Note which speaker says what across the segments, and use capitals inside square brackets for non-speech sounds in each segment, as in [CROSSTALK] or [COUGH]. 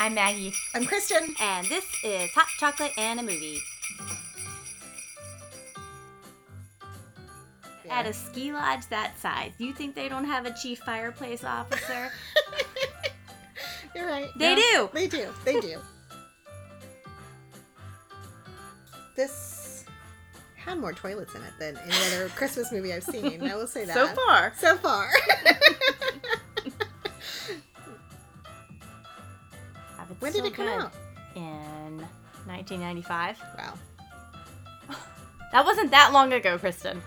Speaker 1: I'm Maggie.
Speaker 2: I'm Kristen.
Speaker 3: And this is Hot Chocolate and a Movie. At a ski lodge that size, you think they don't have a chief fireplace officer? [LAUGHS]
Speaker 2: You're right.
Speaker 3: They do.
Speaker 2: They do. They do. this had more toilets in it than any other Christmas movie I've seen. I will say that.
Speaker 1: So far.
Speaker 2: So far.
Speaker 3: Have it
Speaker 2: when
Speaker 3: so
Speaker 2: did it come
Speaker 3: good.
Speaker 2: out?
Speaker 3: In 1995.
Speaker 2: Wow.
Speaker 3: That wasn't that long ago, Kristen.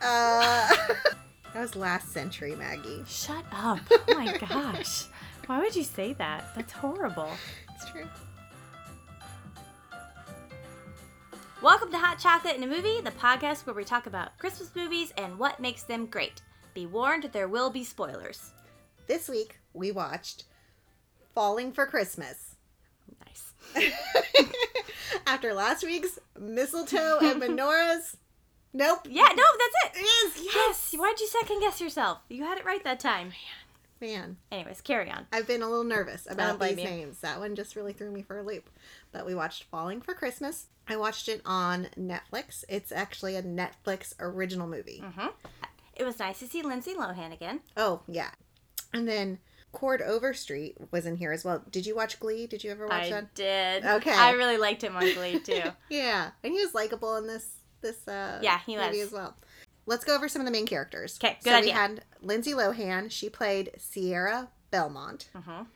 Speaker 2: Uh, [LAUGHS] that was last century, Maggie.
Speaker 3: Shut [LAUGHS] up. Oh my gosh. Why would you say that? That's horrible.
Speaker 2: It's true.
Speaker 3: Welcome to Hot Chocolate and a Movie, the podcast where we talk about Christmas movies and what makes them great. Be warned, there will be spoilers.
Speaker 2: This week we watched Falling for Christmas. [LAUGHS]
Speaker 3: Nice.
Speaker 2: After last week's mistletoe and menorahs. Nope.
Speaker 3: Yeah, no, that's it.
Speaker 2: It is.
Speaker 3: Yes. Why'd you second guess yourself? You had it right that time.
Speaker 2: Man,
Speaker 3: Anyways, carry on.
Speaker 2: I've been a little nervous about
Speaker 3: don't blame
Speaker 2: these
Speaker 3: you.
Speaker 2: names. That one just really threw me for a loop. But we watched Falling for Christmas. I watched it on Netflix. It's actually a Netflix original movie.
Speaker 3: Hmm. It was nice to see Lindsay Lohan again.
Speaker 2: Oh, yeah. And then Cord Overstreet was in here as well. Did you watch Glee? Did you ever watch
Speaker 3: I
Speaker 2: that?
Speaker 3: did.
Speaker 2: Okay.
Speaker 3: I really liked him on Glee
Speaker 2: [LAUGHS]
Speaker 3: too.
Speaker 2: Yeah. And he was likable in this this uh
Speaker 3: Yeah, he
Speaker 2: movie
Speaker 3: was.
Speaker 2: as well. Let's go over some of the main characters.
Speaker 3: 'Kay, good
Speaker 2: so we
Speaker 3: idea.
Speaker 2: had Lindsay Lohan, she played Sierra Belmont.
Speaker 3: Mhm.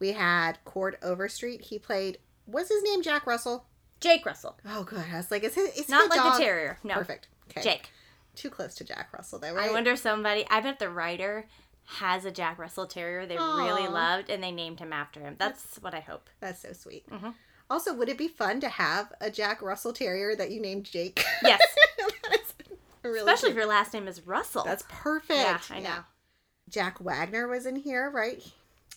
Speaker 2: We had Cord Overstreet, he played what's his name? Jack Russell.
Speaker 3: Jake Russell,
Speaker 2: Oh good. I was like, is his is he
Speaker 3: not
Speaker 2: a
Speaker 3: like
Speaker 2: dog?
Speaker 3: the terrier. No,
Speaker 2: Perfect. Okay.
Speaker 3: Jake.
Speaker 2: Too close to Jack Russell though, right?
Speaker 3: I wonder if somebody. I bet the writer has a Jack Russell Terrier they really
Speaker 2: Aw.
Speaker 3: loved and they named him after him. That's what I hope.
Speaker 2: That's so sweet.
Speaker 3: Mhm.
Speaker 2: Also, would it be fun to have a Jack Russell Terrier that you named Jake?
Speaker 3: Yes,
Speaker 2: [LAUGHS] That is really
Speaker 3: especially if
Speaker 2: cute.
Speaker 3: your last name is Russell.
Speaker 2: that's perfect.
Speaker 3: yeah, I know.
Speaker 2: Jack Wagner was in here, right?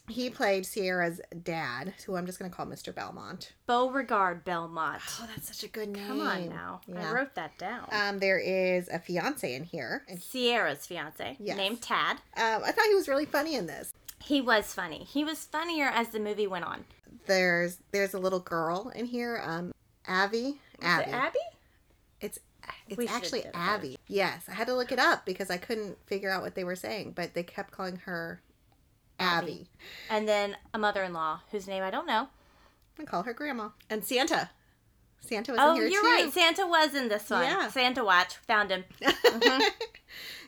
Speaker 2: He played Sierra's dad, who I'm just going to call Mr. Belmont.
Speaker 3: Beauregard Belmont.
Speaker 2: Oh, that's such a good name.
Speaker 3: Come on now,
Speaker 2: Yeah.
Speaker 3: I wrote that down.
Speaker 2: Um, there is a fiance in here. And,
Speaker 3: Sierra's fiance,
Speaker 2: Yes.
Speaker 3: named Tad.
Speaker 2: um, I thought he was really funny in this.
Speaker 3: He was funny. He was funnier as the movie went on.
Speaker 2: There's there's a little girl in here, um, Abby.
Speaker 3: Is it
Speaker 2: Abby.
Speaker 3: Abby?
Speaker 2: It's it's
Speaker 3: We should
Speaker 2: actually
Speaker 3: get a better-
Speaker 2: Abby. Yes, I had to look it up because I couldn't figure out what they were saying, but they kept calling her Abby.
Speaker 3: Abby. And then a mother-in-law whose name I don't know.
Speaker 2: I call her Grandma. And Santa. Santa was
Speaker 3: Oh,
Speaker 2: in here
Speaker 3: you're
Speaker 2: too.
Speaker 3: right. Santa was in this one.
Speaker 2: Yeah.
Speaker 3: Santa Watch found him.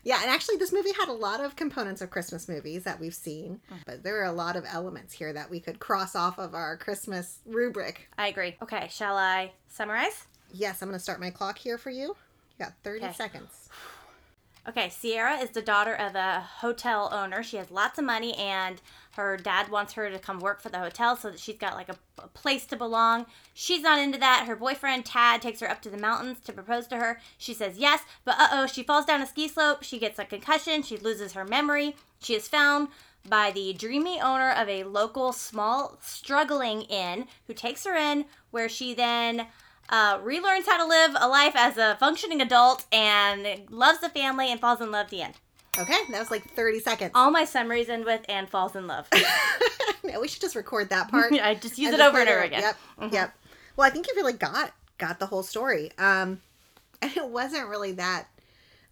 Speaker 2: Yeah, and actually, this movie had a lot of components of Christmas movies that we've seen,
Speaker 3: Mm.
Speaker 2: but there are a lot of elements here that we could cross off of our Christmas rubric.
Speaker 3: I agree. Okay, shall I summarize?
Speaker 2: Yes, I'm going to start my clock here for you. You got 30
Speaker 3: Okay.
Speaker 2: seconds.
Speaker 3: Okay, Sierra is the daughter of a hotel owner. She has lots of money, and her dad wants her to come work for the hotel so that she's got like a, a place to belong. She's not into that. Her boyfriend, Tad, takes her up to the mountains to propose to her. She says yes, but uh oh, she falls down a ski slope. She gets a concussion. She loses her memory. She is found by the dreamy owner of a local small struggling inn who takes her in, where she then uh, relearns how to live a life as a functioning adult and loves the family and falls in love at the end.
Speaker 2: Okay, that was like 30 seconds.
Speaker 3: All my summaries end with and falls in
Speaker 2: [LAUGHS]
Speaker 3: love. [LAUGHS]
Speaker 2: No, we should just record that part.
Speaker 3: I just use it
Speaker 2: just
Speaker 3: over
Speaker 2: let
Speaker 3: and
Speaker 2: her-
Speaker 3: over again. [LAUGHS] Mm-hmm.
Speaker 2: Yep, yep. Well, I think you really got got the whole story. Um, and it wasn't really that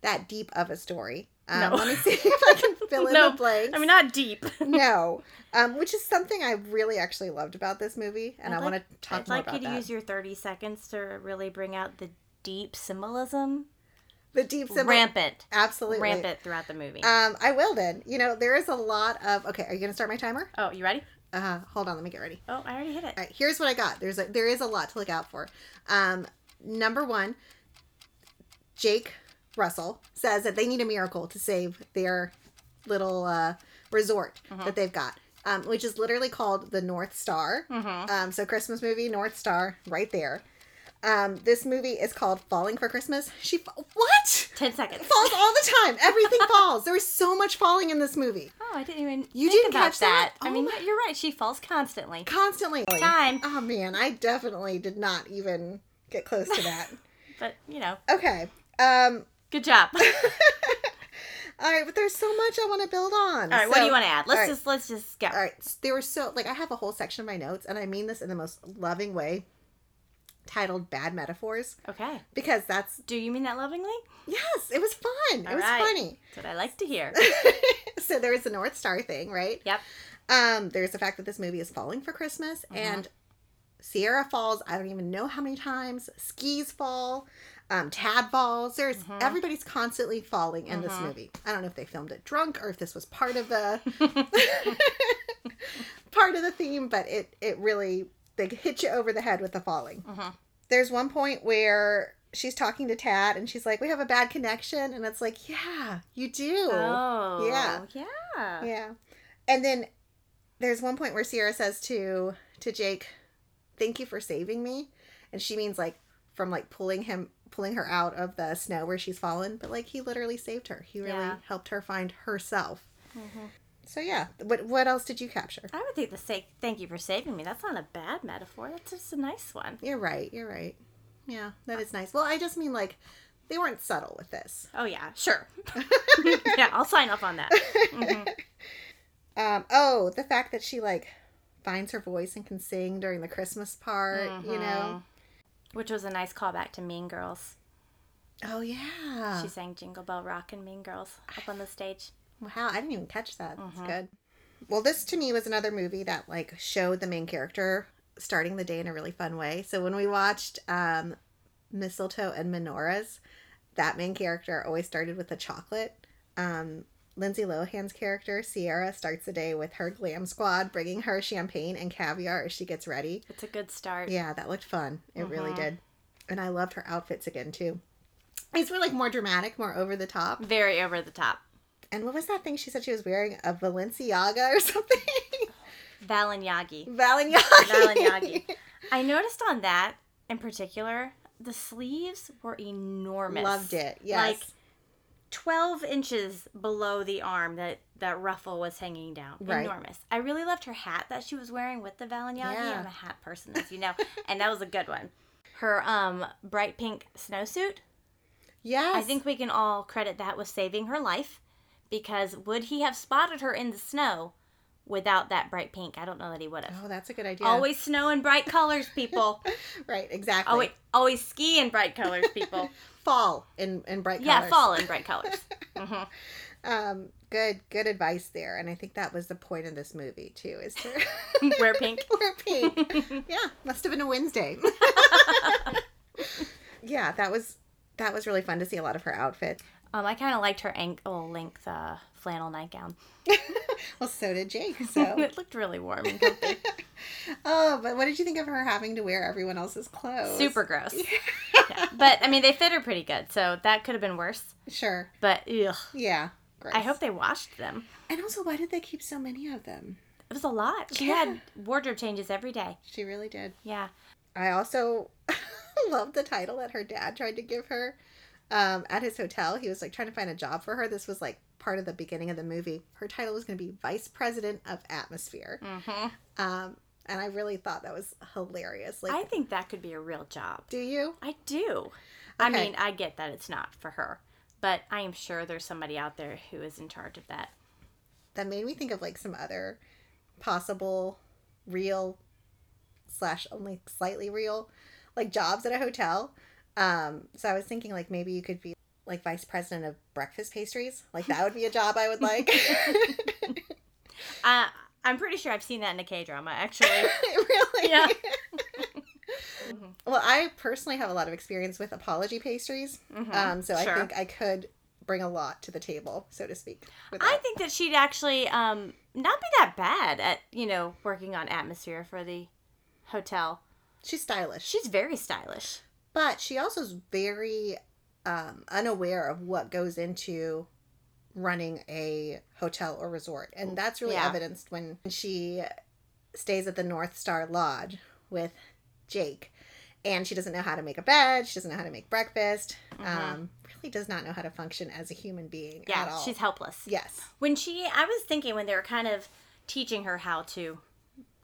Speaker 2: that deep of a story. Um,
Speaker 3: No.
Speaker 2: Let me see [LAUGHS] if I can fill in
Speaker 3: No,
Speaker 2: the blanks.
Speaker 3: I mean, not deep.
Speaker 2: no, um, which is something I really actually loved about this movie, and
Speaker 3: I'd
Speaker 2: I want
Speaker 3: like-
Speaker 2: to talk
Speaker 3: I'd
Speaker 2: more
Speaker 3: like you
Speaker 2: about
Speaker 3: to
Speaker 2: that.
Speaker 3: use your 30 seconds to really bring out the deep symbolism.
Speaker 2: the deep symbol,
Speaker 3: rampant.
Speaker 2: absolutely
Speaker 3: Rampant throughout the movie.
Speaker 2: Um, I will then. You know, there is a lot of. Okay, are you gonna start my timer?
Speaker 3: oh, you ready?
Speaker 2: Uh, hold on, let me get ready.
Speaker 3: Oh, I already hit it.
Speaker 2: All right, here's what I got. There's a there is a lot to look out for. Um, number one, Jake Russell says that they need a miracle to save their little uh, resort that they've got, um, which is literally called the North Star.
Speaker 3: Uh-huh. Mm-hmm.
Speaker 2: Um, so Christmas movie North Star, right there. Um, this movie is called Falling for Christmas. She fa- what
Speaker 3: 10 seconds.
Speaker 2: falls all the time. Everything falls. There was so much falling in this movie.
Speaker 3: Oh, I didn't even
Speaker 2: You
Speaker 3: think
Speaker 2: didn't
Speaker 3: about
Speaker 2: catch that?
Speaker 3: I
Speaker 2: Oh
Speaker 3: mean,
Speaker 2: my-
Speaker 3: you're right. She falls constantly.
Speaker 2: Constantly.
Speaker 3: Time.
Speaker 2: Oh man, I definitely did not even get close to that.
Speaker 3: But, you know, [LAUGHS]
Speaker 2: Okay. Um,
Speaker 3: good job.
Speaker 2: All right, but there's so much I want to build on.
Speaker 3: All right, what
Speaker 2: So-
Speaker 3: do you want to add? Let's
Speaker 2: all right.
Speaker 3: just let's just go.
Speaker 2: All right, s- there were so like I have a whole section of my notes, and I mean this in the most loving way, titled "Bad Metaphors"
Speaker 3: Okay.
Speaker 2: because that's
Speaker 3: Do you mean that lovingly?
Speaker 2: yes, it was fun.
Speaker 3: All
Speaker 2: it was
Speaker 3: right.
Speaker 2: funny. [LAUGHS]
Speaker 3: That's what I like to hear.
Speaker 2: so there was the North Star thing, right? [LAUGHS]
Speaker 3: Yep.
Speaker 2: Um, there's the fact that this movie is falling for Christmas
Speaker 3: Mhm.
Speaker 2: and Sierra falls, I don't even know how many times. Skis fall, um, Tad falls. There's
Speaker 3: Mhm.
Speaker 2: everybody's constantly falling in this
Speaker 3: Mhm.
Speaker 2: movie. I don't know if they filmed it drunk or if this was part of the
Speaker 3: Mm-hmm.
Speaker 2: part of the theme, but it it really they hit you over the head with the falling.
Speaker 3: Mhm.
Speaker 2: There's one point where she's talking to Tad and she's like, We have a bad connection and it's like, Yeah, you do.
Speaker 3: Oh.
Speaker 2: Yeah.
Speaker 3: Yeah.
Speaker 2: Yeah. And then there's one point where Sierra says to to Jake, "Thank you for saving me." And she means like from like pulling him pulling her out of the snow where she's fallen, but like he literally saved her. He really
Speaker 3: Yeah.
Speaker 2: helped her find herself.
Speaker 3: Mhm.
Speaker 2: So yeah, what what else did you capture?
Speaker 3: I would think the say thank you for saving me. That's not a bad metaphor. That's just a nice one.
Speaker 2: You're right. You're right. Yeah, that is nice. Well, I just mean like they weren't subtle with this.
Speaker 3: Oh yeah, sure. [LAUGHS] yeah, I'll sign up
Speaker 2: [LAUGHS]
Speaker 3: on that. Mhm.
Speaker 2: Um, oh, the fact that she like finds her voice and can sing during the Christmas part, you know.
Speaker 3: Mhm. Which was a nice callback to Mean Girls.
Speaker 2: Oh yeah.
Speaker 3: She sang Jingle Bell Rock and Mean Girls up on the stage.
Speaker 2: Wow, I didn't even catch that. That's
Speaker 3: Mhm.
Speaker 2: good. Well, this to me was another movie that like showed the main character starting the day in a really fun way. So when we watched um, Mistletoe and Menorahs, that main character always started with a chocolate. Um, Lindsay Lohan's character Sierra starts the day with her glam squad bringing her champagne and caviar as she gets ready.
Speaker 3: It's a good start.
Speaker 2: Yeah, that looked fun. It really
Speaker 3: Mhm.
Speaker 2: did, and I loved her outfits again too. These were like more dramatic, more over the top.
Speaker 3: Very over the top.
Speaker 2: And what was that thing she said she was wearing? A Balenciaga or [LAUGHS] something?
Speaker 3: Valignaggi.
Speaker 2: Valignaggi.
Speaker 3: Valignaggi. [LAUGHS] I noticed on that in particular, the sleeves were enormous.
Speaker 2: Loved it. Yes.
Speaker 3: Like, 12 inches below the arm that that ruffle was hanging down.
Speaker 2: Right.
Speaker 3: Enormous. I really loved her hat that she was wearing with the Valignaggi.
Speaker 2: Yeah.
Speaker 3: I'm a hat person, as you know, [LAUGHS] and that was a good one. Her um bright pink snowsuit.
Speaker 2: yes.
Speaker 3: I think we can all credit that with saving her life because would he have spotted her in the snow without that bright pink? I don't know that he would have.
Speaker 2: Oh, that's a good idea.
Speaker 3: Always snow in bright colors,
Speaker 2: [LAUGHS]
Speaker 3: people.
Speaker 2: Right, exactly.
Speaker 3: always, always ski in bright colors,
Speaker 2: [LAUGHS]
Speaker 3: people.
Speaker 2: Fall in, in bright colors.
Speaker 3: yeah, fall in bright
Speaker 2: [LAUGHS]
Speaker 3: colors. [LAUGHS] hmm
Speaker 2: Um, good, good advice there. And I think that was the point of this movie, too, is to [LAUGHS]
Speaker 3: Wear pink.
Speaker 2: wear pink.
Speaker 3: [LAUGHS]
Speaker 2: yeah, must have been a Wednesday. [LAUGHS] yeah, that was that was really fun to see a lot of her outfits.
Speaker 3: Um, I kind of liked her ankle length uh, flannel nightgown. [LAUGHS]
Speaker 2: Well, so did Jake. So,
Speaker 3: it looked really warm and comfy.
Speaker 2: oh, but what did you think of her having to wear everyone else's clothes?
Speaker 3: Super
Speaker 2: [LAUGHS]
Speaker 3: gross. Yeah. But I mean, they fit her pretty good, so that could have been worse.
Speaker 2: Sure.
Speaker 3: But ugh,
Speaker 2: Yeah. Gross.
Speaker 3: I hope they washed them.
Speaker 2: And also, why did they keep so many of them?
Speaker 3: It was a lot. She had wardrobe changes every day.
Speaker 2: She really did.
Speaker 3: Yeah.
Speaker 2: I also [LAUGHS] love the title that her dad tried to give her um, at his hotel. He was like trying to find a job for her. This was like part of the beginning of the movie. Her title was going to be Vice President of Atmosphere.
Speaker 3: Mm-hmm.
Speaker 2: Um, and I really thought that was hilarious. Like,
Speaker 3: I think that could be a real job.
Speaker 2: do you?
Speaker 3: I do. I
Speaker 2: Okay.
Speaker 3: mean, I get that it's not for her, but I am sure there's somebody out there who is in charge of that.
Speaker 2: That made me think of like some other possible real slash only slightly real like jobs at a hotel. Um, so I was thinking like maybe you could be like vice president of breakfast pastries. Like that would be a job I would
Speaker 3: [LAUGHS]
Speaker 2: like. [LAUGHS]
Speaker 3: Uh, I'm pretty sure I've seen that in a K drama, actually.
Speaker 2: [LAUGHS]
Speaker 3: Mm-hmm.
Speaker 2: really?
Speaker 3: Yeah.
Speaker 2: Well, I personally have a lot of experience with apology pastries.
Speaker 3: Mhm.
Speaker 2: Um, so I
Speaker 3: Sure.
Speaker 2: think I could bring a lot to the table, so to speak. with
Speaker 3: I
Speaker 2: that.
Speaker 3: think that she'd actually um, not be that bad at, you know, working on atmosphere for the hotel.
Speaker 2: She's stylish.
Speaker 3: She's very stylish.
Speaker 2: but she also is very um, unaware of what goes into running a hotel or resort and that's really
Speaker 3: Yeah.
Speaker 2: evidenced when she stays at the north star lodge with jake and she doesn't know how to make a bed she doesn't know how to make breakfast
Speaker 3: Mhm.
Speaker 2: um, really does not know how to function as a human being at
Speaker 3: Yeah,
Speaker 2: all
Speaker 3: she's helpless.
Speaker 2: yes
Speaker 3: When she, I was thinking when they were kind of teaching her how to,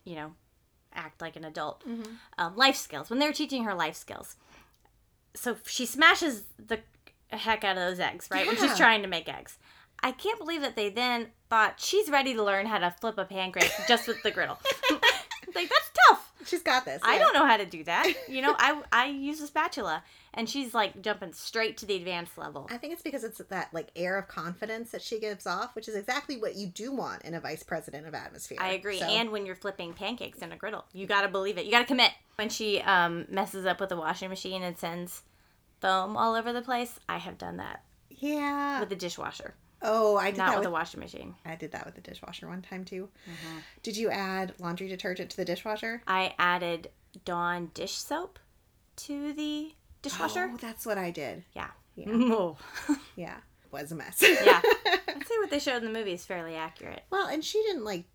Speaker 3: you know, act like an adult, um, life skills, when they were teaching her life skills. So she smashes the heck out of those eggs, right? When
Speaker 2: Yeah.
Speaker 3: she's trying to make eggs. I can't believe that they then thought she's ready to learn how to flip a pancake just with the
Speaker 2: [LAUGHS]
Speaker 3: griddle. like that's tough.
Speaker 2: She's got this.
Speaker 3: I
Speaker 2: yeah.
Speaker 3: don't know how to do that. You know, I I use a spatula, and she's like jumping straight to the advanced level.
Speaker 2: I think it's because it's that like air of confidence that she gives off, which is exactly what you do want in a vice president of atmosphere.
Speaker 3: I agree.
Speaker 2: So-
Speaker 3: And when you're flipping pancakes in a griddle, you gotta believe it. You gotta commit. When she um, messes up with the washing machine and sends foam all over the place, I have done that
Speaker 2: yeah.
Speaker 3: with the dishwasher,
Speaker 2: oh, I did
Speaker 3: not with
Speaker 2: that with
Speaker 3: the Mm-hmm. washing machine.
Speaker 2: I did that with the dishwasher one time too. Did you add laundry detergent to the dishwasher?
Speaker 3: I added Dawn dish soap to the dishwasher.
Speaker 2: Oh, that's what I did.
Speaker 3: Yeah.
Speaker 2: Yeah.
Speaker 3: Oh.
Speaker 2: Yeah. Was a mess.
Speaker 3: yeah. I'd say what they showed in the movie is fairly accurate.
Speaker 2: [LAUGHS] well, and she didn't like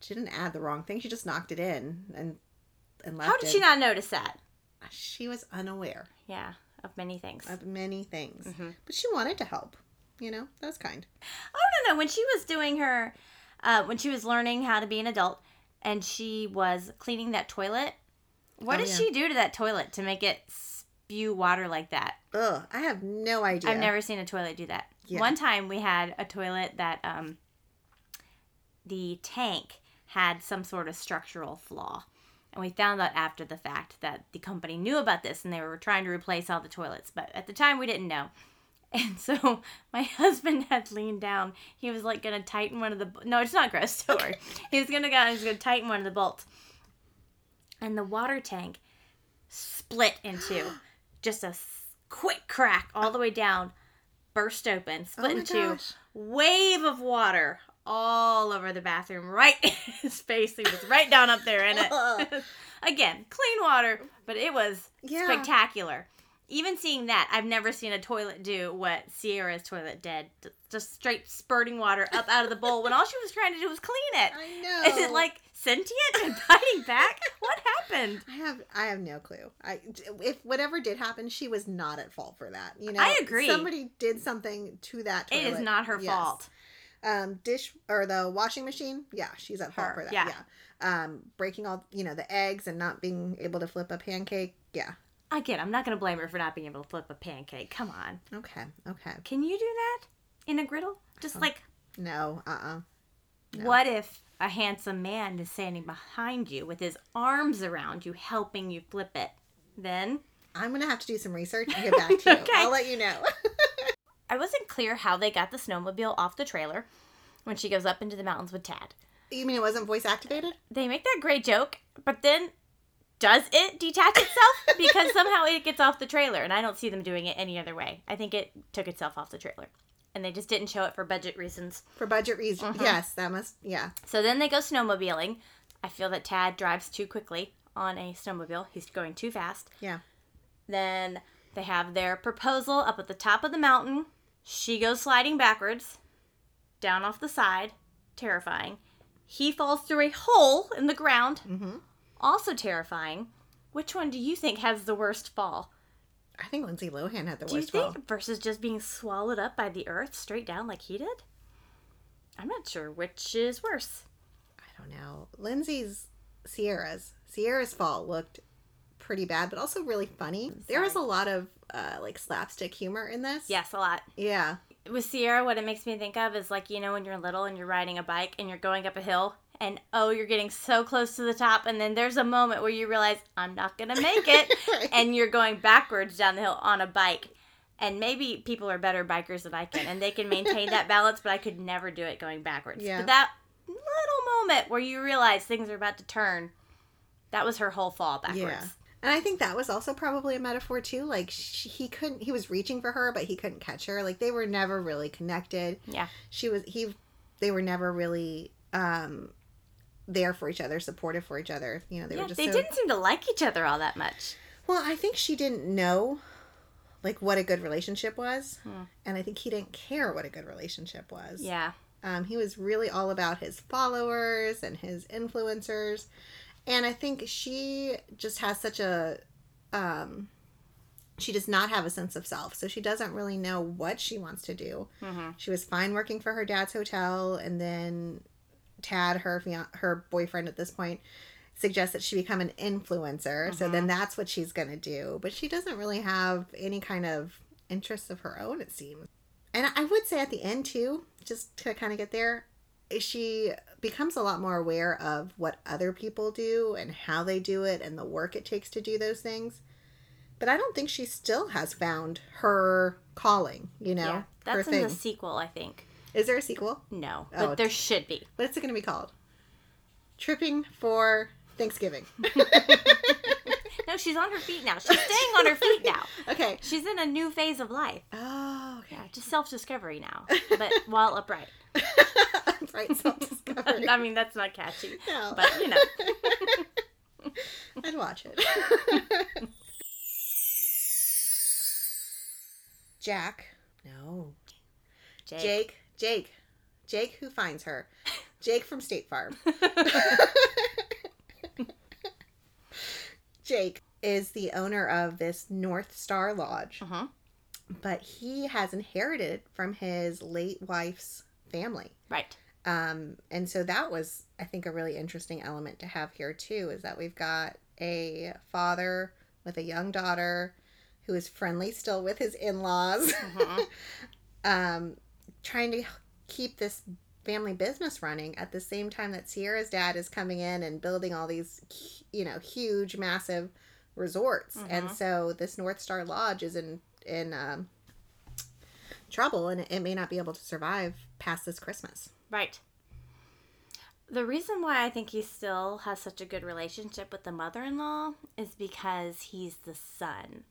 Speaker 2: she didn't add the wrong thing. She just knocked it in and and left
Speaker 3: How did
Speaker 2: it. Ah,
Speaker 3: she not notice that?
Speaker 2: She was unaware
Speaker 3: Yeah, of many things.
Speaker 2: of many things.
Speaker 3: Mhm.
Speaker 2: But she wanted to help. You know, that was kind.
Speaker 3: Oh no, no. When she was doing her, uh, when she was learning how to be an adult, and she was cleaning that toilet, what
Speaker 2: Oh,
Speaker 3: did
Speaker 2: yeah.
Speaker 3: she do to that toilet to make it spew water like that?
Speaker 2: Ugh, I have no idea.
Speaker 3: I've never seen a toilet do that.
Speaker 2: Yeah.
Speaker 3: One time we had a toilet that um, the tank had some sort of structural flaw. And we found out after the fact that the company knew about this and they were trying to replace all the toilets. But at the time we didn't know. [LAUGHS] And so [LAUGHS] my husband had leaned down. He was like going to tighten one of the. No, it's not gross. [LAUGHS] Don't worry. He was going to go and he was going to tighten one of the bolts. And the water tank split in
Speaker 2: [GASPS]
Speaker 3: two. Just a s- quick crack all the way down, burst open, split
Speaker 2: Oh my
Speaker 3: in two.
Speaker 2: gosh.
Speaker 3: Wave of water all over the bathroom, right [LAUGHS] in his face. He was right down up there in
Speaker 2: [LAUGHS]
Speaker 3: it. [LAUGHS] Again, clean water, but it was
Speaker 2: Yeah.
Speaker 3: spectacular. Even seeing that, I've never seen a toilet do what Sierra's toilet did. d- Just straight spurting water up out of the bowl when all she was trying to do was clean it.
Speaker 2: I know.
Speaker 3: [LAUGHS] Is it like sentient and [LAUGHS] biting back? What happened?
Speaker 2: I have I have no clue. I if whatever did happen, she was not at fault for that. You know,
Speaker 3: I agree.
Speaker 2: Somebody did something to that. Toilet.
Speaker 3: It is not her
Speaker 2: Yes.
Speaker 3: fault.
Speaker 2: Um, dish or the washing machine. Yeah, she's at fault
Speaker 3: Her,
Speaker 2: for that.
Speaker 3: yeah.
Speaker 2: Yeah. Um, breaking all you know the eggs and not being able to flip a pancake. Yeah.
Speaker 3: Again, I'm not going to blame her for not being able to flip a pancake. Come on.
Speaker 2: Okay. Okay.
Speaker 3: Can you do that in a griddle? Just like,
Speaker 2: No. Uh. uh
Speaker 3: what if a handsome man is standing behind you with his arms around you, helping you flip it? Then
Speaker 2: I'm gonna have to do some research and get back
Speaker 3: [LAUGHS]
Speaker 2: to you.
Speaker 3: Okay.
Speaker 2: I'll let you know. [LAUGHS]
Speaker 3: I wasn't clear how they got the snowmobile off the trailer when she goes up into the mountains with Tad.
Speaker 2: you mean it wasn't voice activated?
Speaker 3: They make that great joke, but then does it detach itself? because somehow it gets off the trailer, and I don't see them doing it any other way. I think it took itself off the trailer, and they just didn't show it for budget reasons.
Speaker 2: For budget reasons.
Speaker 3: Uh-huh.
Speaker 2: Yes, that must. Yeah.
Speaker 3: So then they go snowmobiling. I feel that Tad drives too quickly on a snowmobile. He's going too fast.
Speaker 2: Yeah.
Speaker 3: Then they have their proposal up at the top of the mountain. She goes sliding backwards, down off the side, terrifying. He falls through a hole in the ground,
Speaker 2: Mhm.
Speaker 3: also terrifying. Which one do you think has the worst fall?
Speaker 2: I think Lindsay Lohan had the
Speaker 3: Do you
Speaker 2: worst
Speaker 3: think
Speaker 2: fall.
Speaker 3: versus just being swallowed up by the earth straight down like he did? I'm not sure which is worse.
Speaker 2: I don't know. Lindsay's Sierra's Sierra's fault looked pretty bad, but also really funny. There was a lot of uh, like slapstick humor in this.
Speaker 3: Yes, a lot.
Speaker 2: Yeah.
Speaker 3: with Sierra, what it makes me think of is like, you know, when you're little and you're riding a bike and you're going up a hill and oh, you're getting so close to the top. And then there's a moment where you realize, I'm not going to make
Speaker 2: [LAUGHS]
Speaker 3: it. [LAUGHS] and you're going backwards down the hill on a bike. And maybe people are better bikers than I can and they can maintain
Speaker 2: [LAUGHS]
Speaker 3: that balance, but I could never do it going backwards.
Speaker 2: Yeah.
Speaker 3: But that little moment where you realize things are about to turn, that was her whole fall backwards.
Speaker 2: Yeah. And I think that was also probably a metaphor too. Like she, he couldn't, he was reaching for her, but he couldn't catch her. Like they were never really connected.
Speaker 3: Yeah.
Speaker 2: She was he, they were never really um there for each other, supportive for each other. You know, they
Speaker 3: Yeah,
Speaker 2: were just
Speaker 3: they
Speaker 2: so,
Speaker 3: didn't seem to like each other all that much.
Speaker 2: Well, I think she didn't know like what a good relationship was, and I think he didn't care what a good relationship was.
Speaker 3: Yeah.
Speaker 2: Um, he was really all about his followers and his influencers. And I think she just has such a. Um, she does not have a sense of self. So she doesn't really know what she wants to do.
Speaker 3: Mm-hmm.
Speaker 2: She was fine working for her dad's hotel. And then Tad, her, fian- her boyfriend at this point, suggests that she become an influencer. So
Speaker 3: Mm-hmm.
Speaker 2: then that's what she's going to do. But she doesn't really have any kind of interests of her own, it seems. And I would say at the end too, just to kind of get there, she becomes a lot more aware of what other people do and how they do it and the work it takes to do those things. But I don't think she still has found her calling, you know?
Speaker 3: yeah,
Speaker 2: her
Speaker 3: that's in
Speaker 2: thing.
Speaker 3: the sequel, I think.
Speaker 2: Is there a sequel?
Speaker 3: No,
Speaker 2: Oh,
Speaker 3: but there should be.
Speaker 2: What's it going to be called? Tripping for [LAUGHS] Thanksgiving.
Speaker 3: No, she's on her feet now. She's staying on her feet now.
Speaker 2: [LAUGHS] okay.
Speaker 3: She's in a new phase of life.
Speaker 2: Oh, okay.
Speaker 3: Yeah,
Speaker 2: [LAUGHS]
Speaker 3: just self discovery now, but while upright.
Speaker 2: right, self [LAUGHS]
Speaker 3: [LAUGHS]
Speaker 2: discovery.
Speaker 3: I mean, that's not catchy,
Speaker 2: [LAUGHS] No.
Speaker 3: but you know.
Speaker 2: I'd watch [LAUGHS] it. Jack. No.
Speaker 3: Jake.
Speaker 2: Jake. Jake. Jake who finds her. Jake from State Farm. Jake is the owner of this North Star Lodge,
Speaker 3: Mhm.
Speaker 2: but he has inherited from his late wife's family. [LAUGHS]
Speaker 3: Right.
Speaker 2: Um, and so that was, I think, a really interesting element to have here too is that we've got a father with a young daughter who is friendly still with his in laws,
Speaker 3: hmm
Speaker 2: um, trying to keep this family business running at the same time that Sierra's dad is coming in and building all these, hu- you know, huge, massive resorts. And
Speaker 3: Mhm.
Speaker 2: so this North Star Lodge is in, in, um, trouble and it may not be able to survive past this Christmas.
Speaker 3: Right. The reason why I think he still has such a good relationship with the mother in law is because he's the
Speaker 2: [LAUGHS]
Speaker 3: son.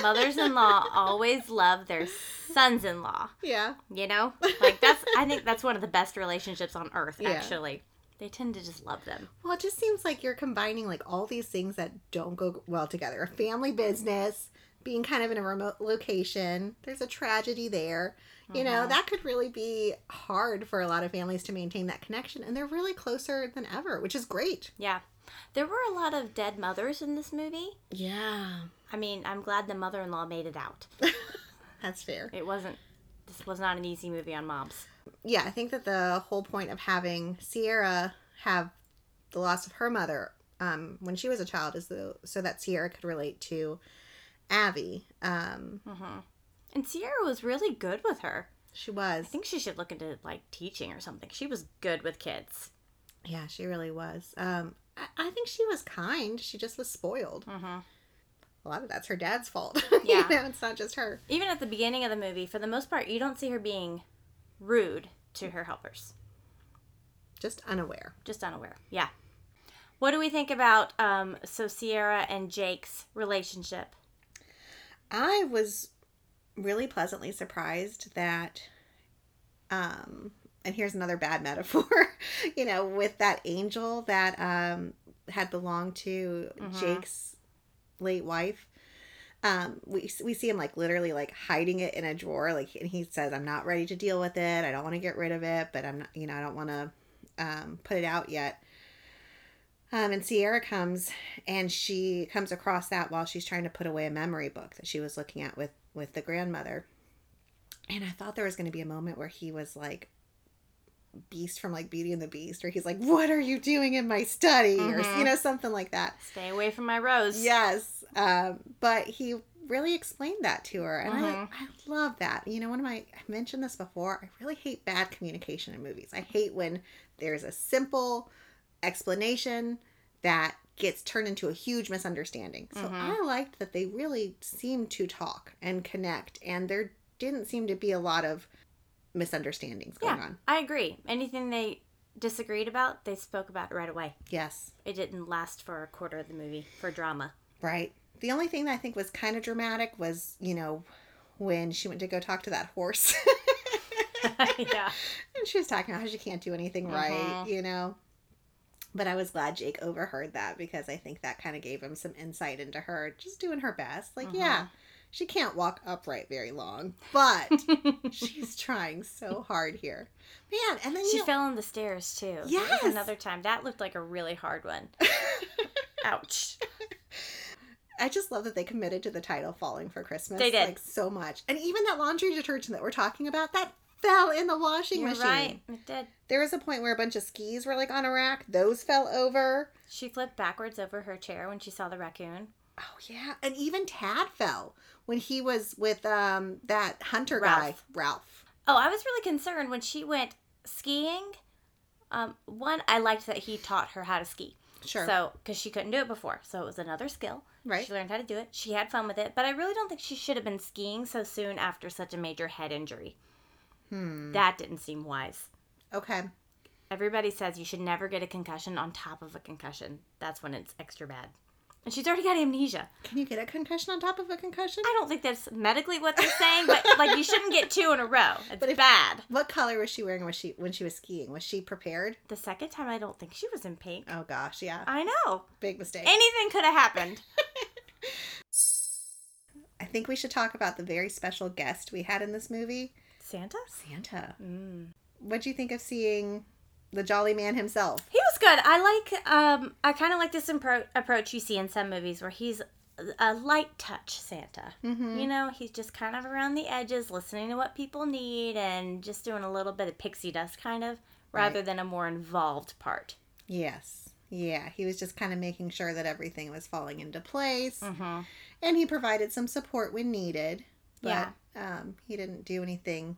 Speaker 3: Mothers in law always love their sons in law,
Speaker 2: Yeah.
Speaker 3: you know? Like, that's, I think that's one of the best relationships on earth,
Speaker 2: Yeah.
Speaker 3: actually. They tend to just love them.
Speaker 2: Well, it just seems like you're combining like all these things that don't go well together. A family business, being kind of in a remote location, there's a tragedy there. You know,
Speaker 3: Mhm.
Speaker 2: that could really be hard for a lot of families to maintain that connection and they're really closer than ever, which is great.
Speaker 3: Yeah. There were a lot of dead mothers in this movie.
Speaker 2: Yeah.
Speaker 3: I mean, I'm glad the mother in law made it out.
Speaker 2: That's fair.
Speaker 3: It wasn't, this was not an easy movie on moms.
Speaker 2: Yeah, I think that the whole point of having Sierra have the loss of her mother um, when she was a child is the, so that Sierra could relate to Abby. Um,
Speaker 3: hmm And Sierra was really good with her.
Speaker 2: she was.
Speaker 3: I think she should look into like teaching or something. She was good with kids.
Speaker 2: Yeah, she really was. Um, I, I think she was kind. She just was spoiled.
Speaker 3: Mm-hmm.
Speaker 2: A lot of that's her dad's fault. [LAUGHS]
Speaker 3: Yeah.
Speaker 2: you know, it's not just her.
Speaker 3: Even at the beginning of the movie, for the most part, you don't see her being rude to her helpers.
Speaker 2: Just unaware.
Speaker 3: Just unaware. Yeah. What do we think about um, so Sierra and Jake's relationship?
Speaker 2: I was really pleasantly surprised that, um, and here's another bad [LAUGHS] metaphor, you know, with that angel that um, had belonged to
Speaker 3: Mhm.
Speaker 2: Jake's late wife. Um, we, we see him like literally like hiding it in a drawer, like, and he says, I'm not ready to deal with it. I don't want to get rid of it, but I'm not, you know, I don't want to um, put it out yet. Um, and Sierra comes and she comes across that while she's trying to put away a memory book that she was looking at with with the grandmother. And I thought there was going to be a moment where he was like Beast from like Beauty and the Beast, or he's like, "What are you doing in my study?" or
Speaker 3: Mhm.
Speaker 2: you know something like that.
Speaker 3: Stay away from my rose.
Speaker 2: Yes, um, but he really explained that to her, and
Speaker 3: Mhm.
Speaker 2: I, I love that. You know, one of my I mentioned this before. I really hate bad communication in movies. I hate when there's a simple explanation that gets turned into a huge misunderstanding. So
Speaker 3: Mhm.
Speaker 2: I liked that they really seemed to talk and connect, and there didn't seem to be a lot of misunderstandings going
Speaker 3: Yeah.
Speaker 2: on.
Speaker 3: I agree. Anything they disagreed about, they spoke about it right away.
Speaker 2: Yes,
Speaker 3: It didn't last for a quarter of the movie for drama. [LAUGHS]
Speaker 2: Right. The only thing that I think was kind of dramatic was, you know, when she went to go talk to that horse. [LAUGHS]
Speaker 3: yeah.
Speaker 2: and she was talking about how she can't do anything right,
Speaker 3: Mhm.
Speaker 2: you know. But I was glad Jake overheard that because I think that kind of gave him some insight into her just doing her best. Like, yeah,
Speaker 3: Mm-hmm.
Speaker 2: she can't walk upright very long,
Speaker 3: [LAUGHS]
Speaker 2: but she's trying so hard here. Man, and then
Speaker 3: She
Speaker 2: [LAUGHS] you
Speaker 3: fell on the stairs too. That was
Speaker 2: Yes.
Speaker 3: another time. That looked like a really hard
Speaker 2: [LAUGHS]
Speaker 3: one. Ouch.
Speaker 2: I just love that they committed to the title "Falling for Christmas."
Speaker 3: They did.
Speaker 2: like so much, and even that laundry detergent that we're talking about that fell in the washing
Speaker 3: You're
Speaker 2: machine.
Speaker 3: right. It did.
Speaker 2: There was a point where a bunch of skis were like on a rack; those fell over.
Speaker 3: She flipped backwards over her chair when she saw the raccoon.
Speaker 2: Oh yeah, and even Tad fell when he was with um that hunter guy
Speaker 3: Ralph.
Speaker 2: Ralph.
Speaker 3: Oh, I was really concerned when she went skiing. Um, one, I liked that he taught her how to ski.
Speaker 2: Sure.
Speaker 3: So, because she couldn't do it before. So, it was another skill.
Speaker 2: Right.
Speaker 3: She learned how to do it. She had fun with it. But I really don't think she should have been skiing so soon after such a major head injury.
Speaker 2: Hmm.
Speaker 3: That didn't seem wise.
Speaker 2: Okay.
Speaker 3: Everybody says you should never get a concussion on top of a concussion. That's when it's extra bad. And she's already got amnesia.
Speaker 2: Can you get a concussion on top of a concussion?
Speaker 3: I don't think that's medically what they're saying, but like you shouldn't get two in a row. It's
Speaker 2: But if-
Speaker 3: bad.
Speaker 2: What color was she wearing when she when she was skiing? Was she prepared?
Speaker 3: The second time, I don't think she was in pink.
Speaker 2: Oh gosh, yeah,
Speaker 3: I know.
Speaker 2: big mistake.
Speaker 3: Anything could have happened.
Speaker 2: I think we should talk about the very special guest we had in this movie,
Speaker 3: Santa?
Speaker 2: Santa.
Speaker 3: Mm.
Speaker 2: What'd you think of seeing the Jolly Man himself?
Speaker 3: He was good. I like, um, I kind of like this impro- approach you see in some movies where he's a light touch Santa.
Speaker 2: Mm-hmm.
Speaker 3: You know, he's just kind of around the edges, listening to what people need and just doing a little bit of pixie dust, kind of, rather
Speaker 2: Right.
Speaker 3: than a more involved part.
Speaker 2: Yes. Yeah, he was just kind of making sure that everything was falling into place,
Speaker 3: Mm-hmm.
Speaker 2: and he provided some support when needed. But
Speaker 3: Yeah.
Speaker 2: um, he didn't do anything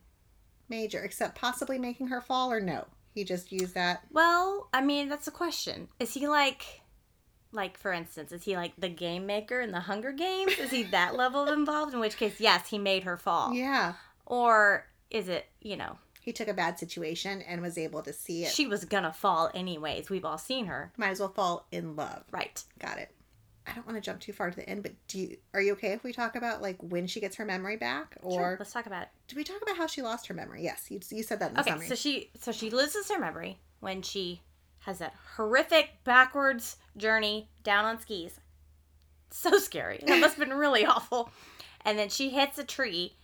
Speaker 2: major except possibly making her fall, or no, he just used that.
Speaker 3: Well, I mean, that's the question. Is he like, like for instance, is he like the game maker in the Hunger Games? Is he that level of involved? In which case, yes, he made her fall.
Speaker 2: Yeah,
Speaker 3: Or is it, you know,
Speaker 2: he took a bad situation and was able to see it.
Speaker 3: she was gonna fall anyways. We've all seen her.
Speaker 2: Might as well fall in love.
Speaker 3: Right.
Speaker 2: Got it. I don't want to jump too far to the end, but do you, are you okay if we talk about like when she gets her memory back, or
Speaker 3: sure. Let's talk about it.
Speaker 2: did we talk about how she lost her memory? Yes, you, you said that in the
Speaker 3: Okay,
Speaker 2: summary.
Speaker 3: so she so she loses her memory when she has that horrific backwards journey down on skis. So scary. That must have been really [LAUGHS] awful. And then she hits a tree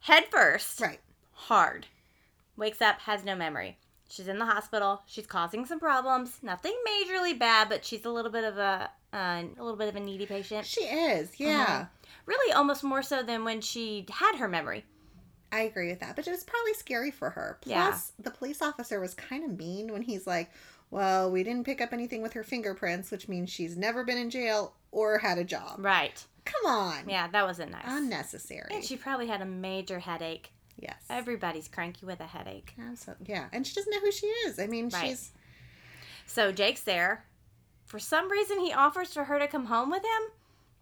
Speaker 3: head first,
Speaker 2: right.
Speaker 3: hard. Wakes up, has no memory. She's in the hospital. She's causing some problems. Nothing majorly bad, but she's a little bit of a uh, a little bit of a needy patient.
Speaker 2: She is.
Speaker 3: Uh-huh.
Speaker 2: Yeah,
Speaker 3: Really, almost more so than when she had her memory.
Speaker 2: I agree with that. But it was probably scary for her.
Speaker 3: Yeah.
Speaker 2: Plus, the police officer was kind of mean when he's like, "Well, we didn't pick up anything with her fingerprints, which means she's never been in jail or had a job."
Speaker 3: Right.
Speaker 2: Come on.
Speaker 3: Yeah, that wasn't nice.
Speaker 2: Unnecessary.
Speaker 3: And she probably had a major headache.
Speaker 2: yes.
Speaker 3: Everybody's cranky with a headache.
Speaker 2: Absol- yeah, and she doesn't know who she is. I mean,
Speaker 3: Right.
Speaker 2: she's
Speaker 3: So Jake's there. For some reason, he offers for her to come home with him.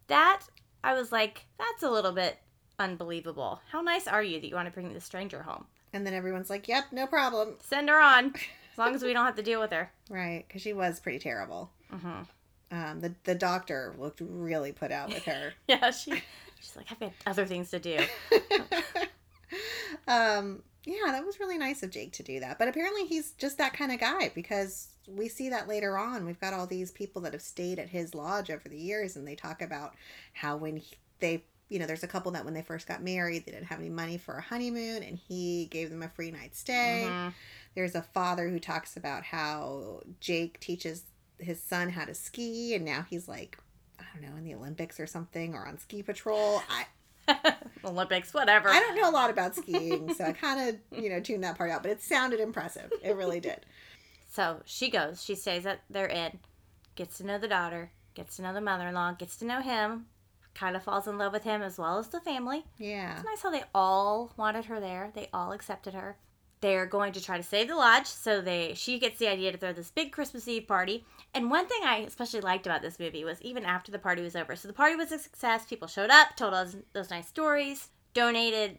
Speaker 3: That, I was like, that's a little bit unbelievable. How nice are you that you want to bring this stranger home?
Speaker 2: and then everyone's like, "Yep, no problem."
Speaker 3: Send her on, as long as we don't have to deal with her.
Speaker 2: Right, because she was pretty terrible.
Speaker 3: hmm
Speaker 2: Um, the the doctor looked really put out with her.
Speaker 3: [LAUGHS] Yeah, she, she's like, I've got other things to do.
Speaker 2: [LAUGHS] um, yeah, that was really nice of Jake to do that. But apparently, he's just that kind of guy because we see that later on. We've got all these people that have stayed at his lodge over the years, and they talk about how when he, they, you know, there's a couple that when they first got married, they didn't have any money for a honeymoon, and he gave them a free night stay.
Speaker 3: Mhm.
Speaker 2: There's a father who talks about how Jake teaches his son how to ski, and now he's like, I don't know, in the Olympics or something, or on ski patrol. I,
Speaker 3: Mm-hmm. [LAUGHS] Olympics, whatever.
Speaker 2: I don't know a lot about skiing, so I kind of, you know, tuned that part out, but it sounded impressive. It really did.
Speaker 3: So she goes, she stays at their inn, gets to know the daughter, gets to know the mother in law, gets to know him, kind of falls in love with him as well as the family.
Speaker 2: Yeah.
Speaker 3: It's nice how they all wanted her there, they all accepted her. They're going to try to save the lodge, so they she gets the idea to throw this big Christmas Eve party. And one thing I especially liked about this movie was even after the party was over. So the party was a success. People showed up, told us those nice stories, donated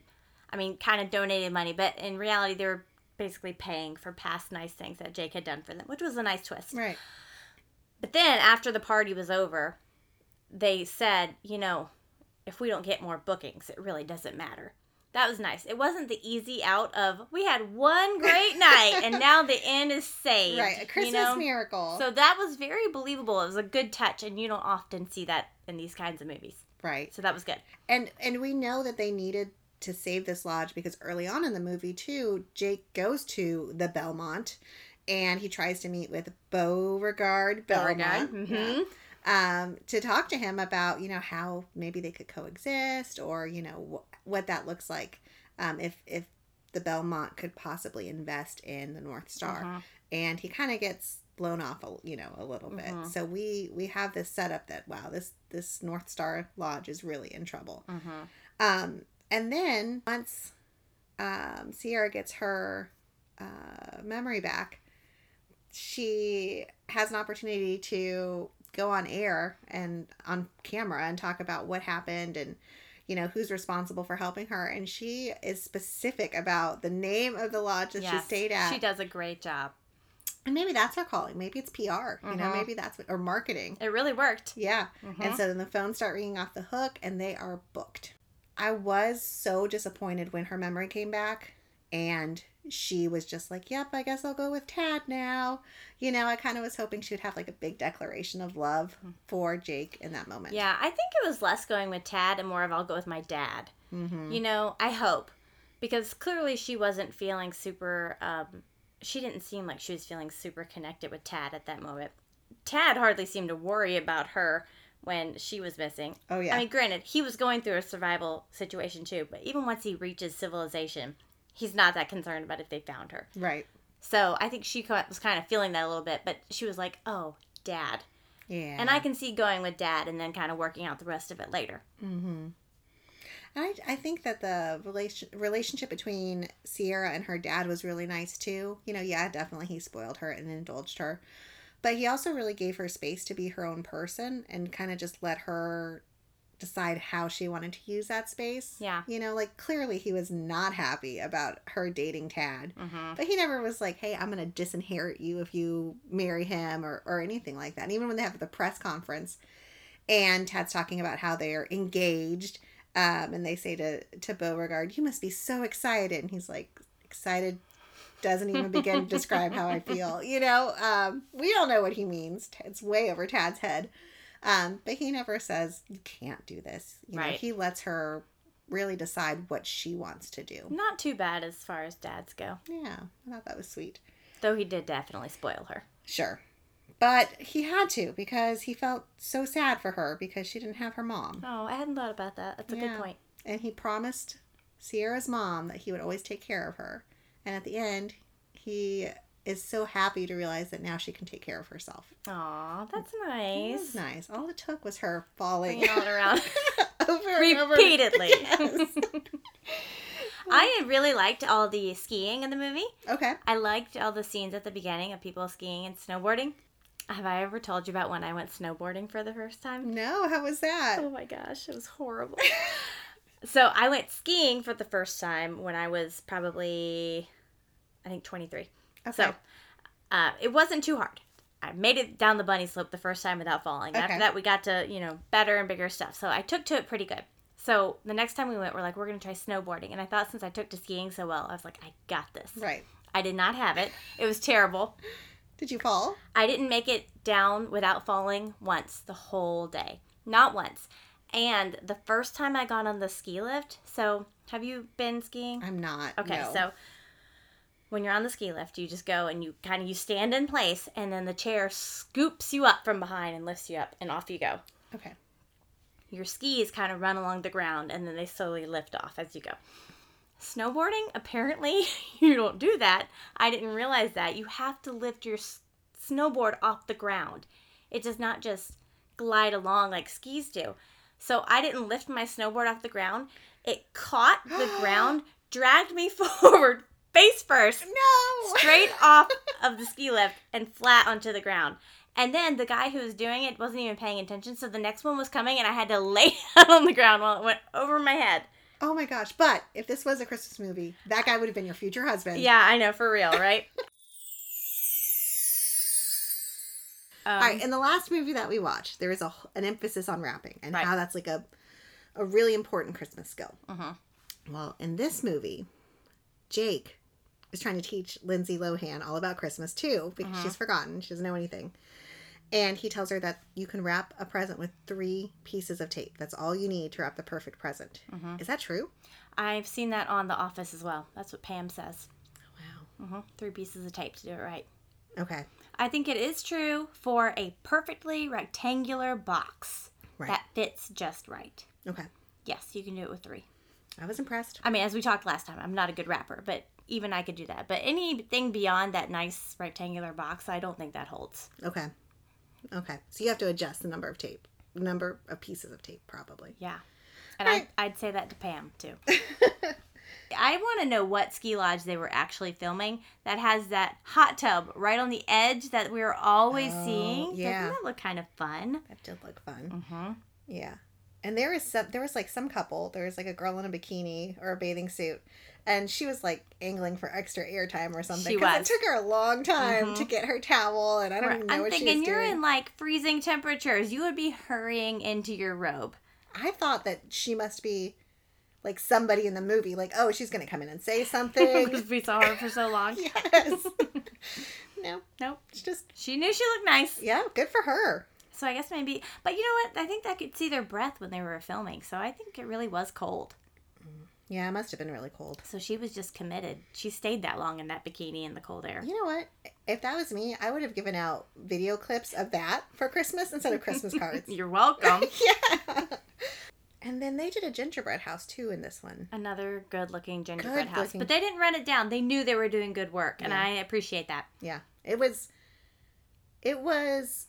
Speaker 3: I mean, kind of donated money, but in reality, they were basically paying for past nice things that Jake had done for them, which was a nice twist.
Speaker 2: Right.
Speaker 3: But then after the party was over, they said, you know, if we don't get more bookings, it really doesn't matter. That was nice. It wasn't the easy out of we had one
Speaker 2: [LAUGHS]
Speaker 3: great night and now the end is saved.
Speaker 2: Right. A Christmas
Speaker 3: you know?
Speaker 2: miracle.
Speaker 3: So that was very believable. It was a good touch, and you don't often see that in these kinds of movies.
Speaker 2: right.
Speaker 3: So that was good.
Speaker 2: And and we know that they needed to save this lodge because early on in the movie too, Jake goes to the Belmont and he tries to meet with Beauregard Belmont.
Speaker 3: hmm
Speaker 2: Yeah. um, to talk to him about you know how maybe they could coexist or you know wh- what that looks like um, if if
Speaker 3: Mm-hmm.
Speaker 2: the Belmont could possibly invest in the North Star. And he kind of gets blown off a, you know a little bit so we we have this setup that wow this this north star lodge is really in trouble
Speaker 3: Mm-hmm.
Speaker 2: um and then once um sierra gets her uh memory back she has an opportunity to go on air and on camera and talk about what happened and you know who's responsible for helping her and she is specific about the name of the lodge that she stayed at
Speaker 3: She does a great job.
Speaker 2: and maybe that's her calling. Maybe it's PR. You know,
Speaker 3: Mhm.
Speaker 2: maybe that's what, or marketing.
Speaker 3: It really worked.
Speaker 2: Yeah.
Speaker 3: Mhm.
Speaker 2: Mm-hmm. And so then the phones start ringing off the hook and they are booked. I was so disappointed when her memory came back and she was just like, yep, I guess I'll go with Tad now. You know, I kind of was hoping she would have like a big declaration of love for Jake in that moment.
Speaker 3: Hmm. Yeah, I think it was less going with Tad and more of I'll go with my dad.
Speaker 2: hmm
Speaker 3: You know, I hope. Because clearly she wasn't feeling super, um, she didn't seem like she was feeling super connected with Tad at that moment. Tad hardly seemed to worry about her when she was missing.
Speaker 2: Oh, yeah.
Speaker 3: I mean, granted, he was going through a survival situation too, but even once he reaches civilization, he's not that concerned about if they found her.
Speaker 2: right.
Speaker 3: So I think she co- was kind of feeling that a little bit, but she was like, oh, dad.
Speaker 2: Yeah.
Speaker 3: And I can see going with dad and then kind of working out the rest of it later.
Speaker 2: Mm-hmm. And I, I think that the relation, relationship between Sierra and her dad was really nice too. You know, yeah, definitely he spoiled her and indulged her. But he also really gave her space to be her own person and kind of just let her decide how she wanted to use that space.
Speaker 3: Yeah.
Speaker 2: You know, like clearly he was not happy about her dating Tad.
Speaker 3: Mm-hmm.
Speaker 2: But he never was like, hey, I'm going to disinherit you if you marry him or, or anything like that. And even when they have the press conference and Tad's talking about how they're engaged um, and they say to, to Beauregard, you must be so excited. And he's like, excited doesn't even begin to describe how I feel. You know, um, we all know what he means. It's way over Tad's head. Um, but he never says, you can't do this. You know,
Speaker 3: Right.
Speaker 2: he lets her really decide what she wants to do.
Speaker 3: Not too bad as far as dads go,
Speaker 2: Yeah, I thought that was sweet.
Speaker 3: though he did definitely spoil her.
Speaker 2: Sure. But he had to because he felt so sad for her because she didn't have her mom.
Speaker 3: Oh, I hadn't thought about that. That's a
Speaker 2: Yeah.
Speaker 3: good point.
Speaker 2: And he promised Sierra's mom that he would always take care of her. And at the end, he is so happy to realize that now she can take care of herself.
Speaker 3: Aw, that's
Speaker 2: It
Speaker 3: nice.
Speaker 2: was nice. All it took was her falling [LAUGHS]
Speaker 3: Bringing all it around
Speaker 2: over and over.
Speaker 3: repeatedly.
Speaker 2: [LAUGHS] Yes.
Speaker 3: I really liked all the skiing in the movie.
Speaker 2: Okay.
Speaker 3: I liked all the scenes at the beginning of people skiing and snowboarding. Have I ever told you about when I went snowboarding for the first time?
Speaker 2: No, how was that?
Speaker 3: Oh my gosh, it was horrible. so I went skiing for the first time when I was probably, I think, 23.
Speaker 2: Okay.
Speaker 3: So uh, it wasn't too hard. I made it down the bunny slope the first time without falling.
Speaker 2: Okay.
Speaker 3: After that, we got to, you know, better and bigger stuff. So I took to it pretty good. So the next time we went, we're like, we're going to try snowboarding. And I thought since I took to skiing so well, I was like, I got this.
Speaker 2: Right.
Speaker 3: I did not have it. It was terrible.
Speaker 2: Did you fall?
Speaker 3: I didn't make it down without falling once the whole day. Not once. And the first time I got on the ski lift, so have you been skiing?
Speaker 2: I'm not.
Speaker 3: Okay,
Speaker 2: no.
Speaker 3: so when you're on the ski lift, you just go and you kind of you stand in place and then the chair scoops you up from behind and lifts you up and off you go.
Speaker 2: Okay.
Speaker 3: Your skis kind of run along the ground and then they slowly lift off as you go. Snowboarding, apparently, [LAUGHS] you don't do that. I didn't realize that. You have to lift your s- snowboard off the ground. It does not just glide along like skis do. So I didn't lift my snowboard off the ground. It caught the ground, dragged me [LAUGHS] forward face first
Speaker 2: No. [LAUGHS]
Speaker 3: straight off of the ski lift and flat onto the ground. And then the guy who was doing it wasn't even paying attention, so the next one was coming, and I had to lay [LAUGHS] down on the ground while it went over my head.
Speaker 2: Oh my gosh. But if this was a Christmas movie, that guy would have been your future husband.
Speaker 3: Yeah, I know, for real, right? Um,
Speaker 2: All right. In the last movie that we watched, there is a, an emphasis on rapping and
Speaker 3: Right.
Speaker 2: how that's like a, a really important Christmas skill.
Speaker 3: Mhm.
Speaker 2: Well, in this movie, Jake is trying to teach Lindsay Lohan all about Christmas too because
Speaker 3: Mm-hmm.
Speaker 2: she's forgotten. She doesn't know anything. And he tells her that you can wrap a present with three pieces of tape. That's all you need to wrap the perfect present.
Speaker 3: Mm-hmm.
Speaker 2: Is that true?
Speaker 3: I've seen that on The Office as well. That's what Pam says.
Speaker 2: Wow.
Speaker 3: hmm Three pieces of tape to do it right.
Speaker 2: Okay.
Speaker 3: I think it is true for a perfectly rectangular box
Speaker 2: Right.
Speaker 3: that fits just right.
Speaker 2: Okay.
Speaker 3: Yes, you can do it with three.
Speaker 2: I was impressed.
Speaker 3: I mean, as we talked last time, I'm not a good rapper, but even I could do that. But anything beyond that nice rectangular box, I don't think that holds.
Speaker 2: Okay. Okay. So you have to adjust the number of tape, number of pieces of tape, probably.
Speaker 3: Yeah. And
Speaker 2: Right.
Speaker 3: I, I'd say that to Pam
Speaker 2: [LAUGHS]
Speaker 3: too. I want to know what ski lodge they were actually filming that has that hot tub right on the edge that we are always
Speaker 2: Oh,
Speaker 3: seeing.
Speaker 2: yeah.
Speaker 3: Doesn't that look kind of fun?
Speaker 2: That did look fun.
Speaker 3: Mm-hmm.
Speaker 2: Yeah. And there was some there was like some couple, there was like a girl in a bikini or a bathing suit, and she was like angling for extra airtime or something.
Speaker 3: She
Speaker 2: 'cause
Speaker 3: was.
Speaker 2: It took her a long time
Speaker 3: Mhm.
Speaker 2: to get her towel and I don't even know
Speaker 3: I'm
Speaker 2: what
Speaker 3: thinking
Speaker 2: she was
Speaker 3: you're
Speaker 2: doing.
Speaker 3: in like freezing temperatures. You would be hurrying into your robe.
Speaker 2: I thought that she must be like somebody in the movie, like, oh, she's gonna come in
Speaker 3: [LAUGHS]
Speaker 2: and say something.
Speaker 3: we saw her for so long. [LAUGHS]
Speaker 2: [LAUGHS] yes. no,
Speaker 3: Nope.
Speaker 2: it's just
Speaker 3: She knew she looked nice.
Speaker 2: yeah, good for her.
Speaker 3: So I guess maybe, but you know what? I think I could see their breath when they were filming. So I think it really was cold.
Speaker 2: Yeah, it must have been really cold.
Speaker 3: So she was just committed. She stayed that long in that bikini in the cold air.
Speaker 2: You know what? If that was me, I would have given out video clips of that for Christmas instead of Christmas
Speaker 3: [LAUGHS]
Speaker 2: cards.
Speaker 3: You're welcome.
Speaker 2: [LAUGHS] yeah. And then they did a gingerbread house too in this one.
Speaker 3: Another good looking gingerbread house.
Speaker 2: Good-looking.
Speaker 3: But they didn't run it down. They knew they were doing good work. And
Speaker 2: Yeah.
Speaker 3: I appreciate that.
Speaker 2: Yeah. It was it was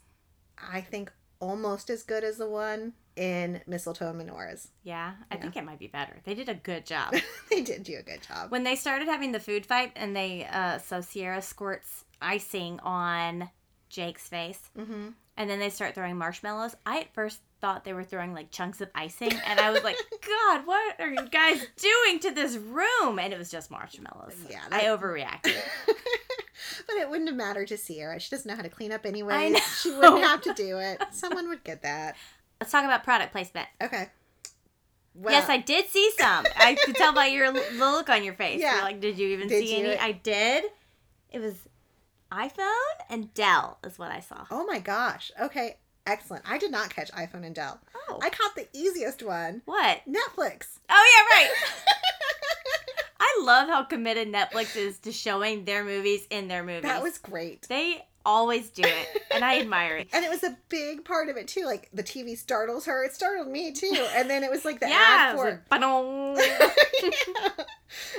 Speaker 2: I think almost as good as the one in Mistletoe and Menorahs. [LAUGHS]
Speaker 3: Yeah. I
Speaker 2: Yeah.
Speaker 3: think it might be better. They did a good
Speaker 2: [LAUGHS]
Speaker 3: job.
Speaker 2: they did do a good job.
Speaker 3: when they started having the food fight and they, uh, so Sierra squirts icing on Jake's face.
Speaker 2: Mm-hmm.
Speaker 3: and then they start throwing marshmallows. I at first thought they were throwing like chunks of icing, and I was
Speaker 2: [LAUGHS]
Speaker 3: like, God, what are you guys doing to this room? And it was just marshmallows.
Speaker 2: Yeah,
Speaker 3: I
Speaker 2: that-
Speaker 3: overreacted.
Speaker 2: but it wouldn't have mattered to Sierra. She doesn't know how to clean up anyway.
Speaker 3: know. [LAUGHS]
Speaker 2: She wouldn't have to do it. Someone would get that.
Speaker 3: Let's talk about product placement.
Speaker 2: Okay. Well,
Speaker 3: yes, I did see some. I could tell by your l- the look on your face.
Speaker 2: Yeah.
Speaker 3: You're like, did you even
Speaker 2: Did
Speaker 3: see
Speaker 2: you?
Speaker 3: any? I did. It was iPhone and Dell is what I saw.
Speaker 2: Oh my gosh. Okay. Excellent. I did not catch iPhone and Dell.
Speaker 3: Oh,
Speaker 2: I caught the easiest one.
Speaker 3: what?
Speaker 2: Netflix.
Speaker 3: Oh
Speaker 2: [LAUGHS]
Speaker 3: yeah, right. I love how committed Netflix is to showing their movies in their movies.
Speaker 2: That was great.
Speaker 3: They always do it, and I admire it.
Speaker 2: [LAUGHS] And it was a big part of it too. Like the TV startles her. It startled me too. And then it was like the
Speaker 3: [LAUGHS] yeah,
Speaker 2: ad
Speaker 3: it was
Speaker 2: for
Speaker 3: like, "Ba-dong."
Speaker 2: it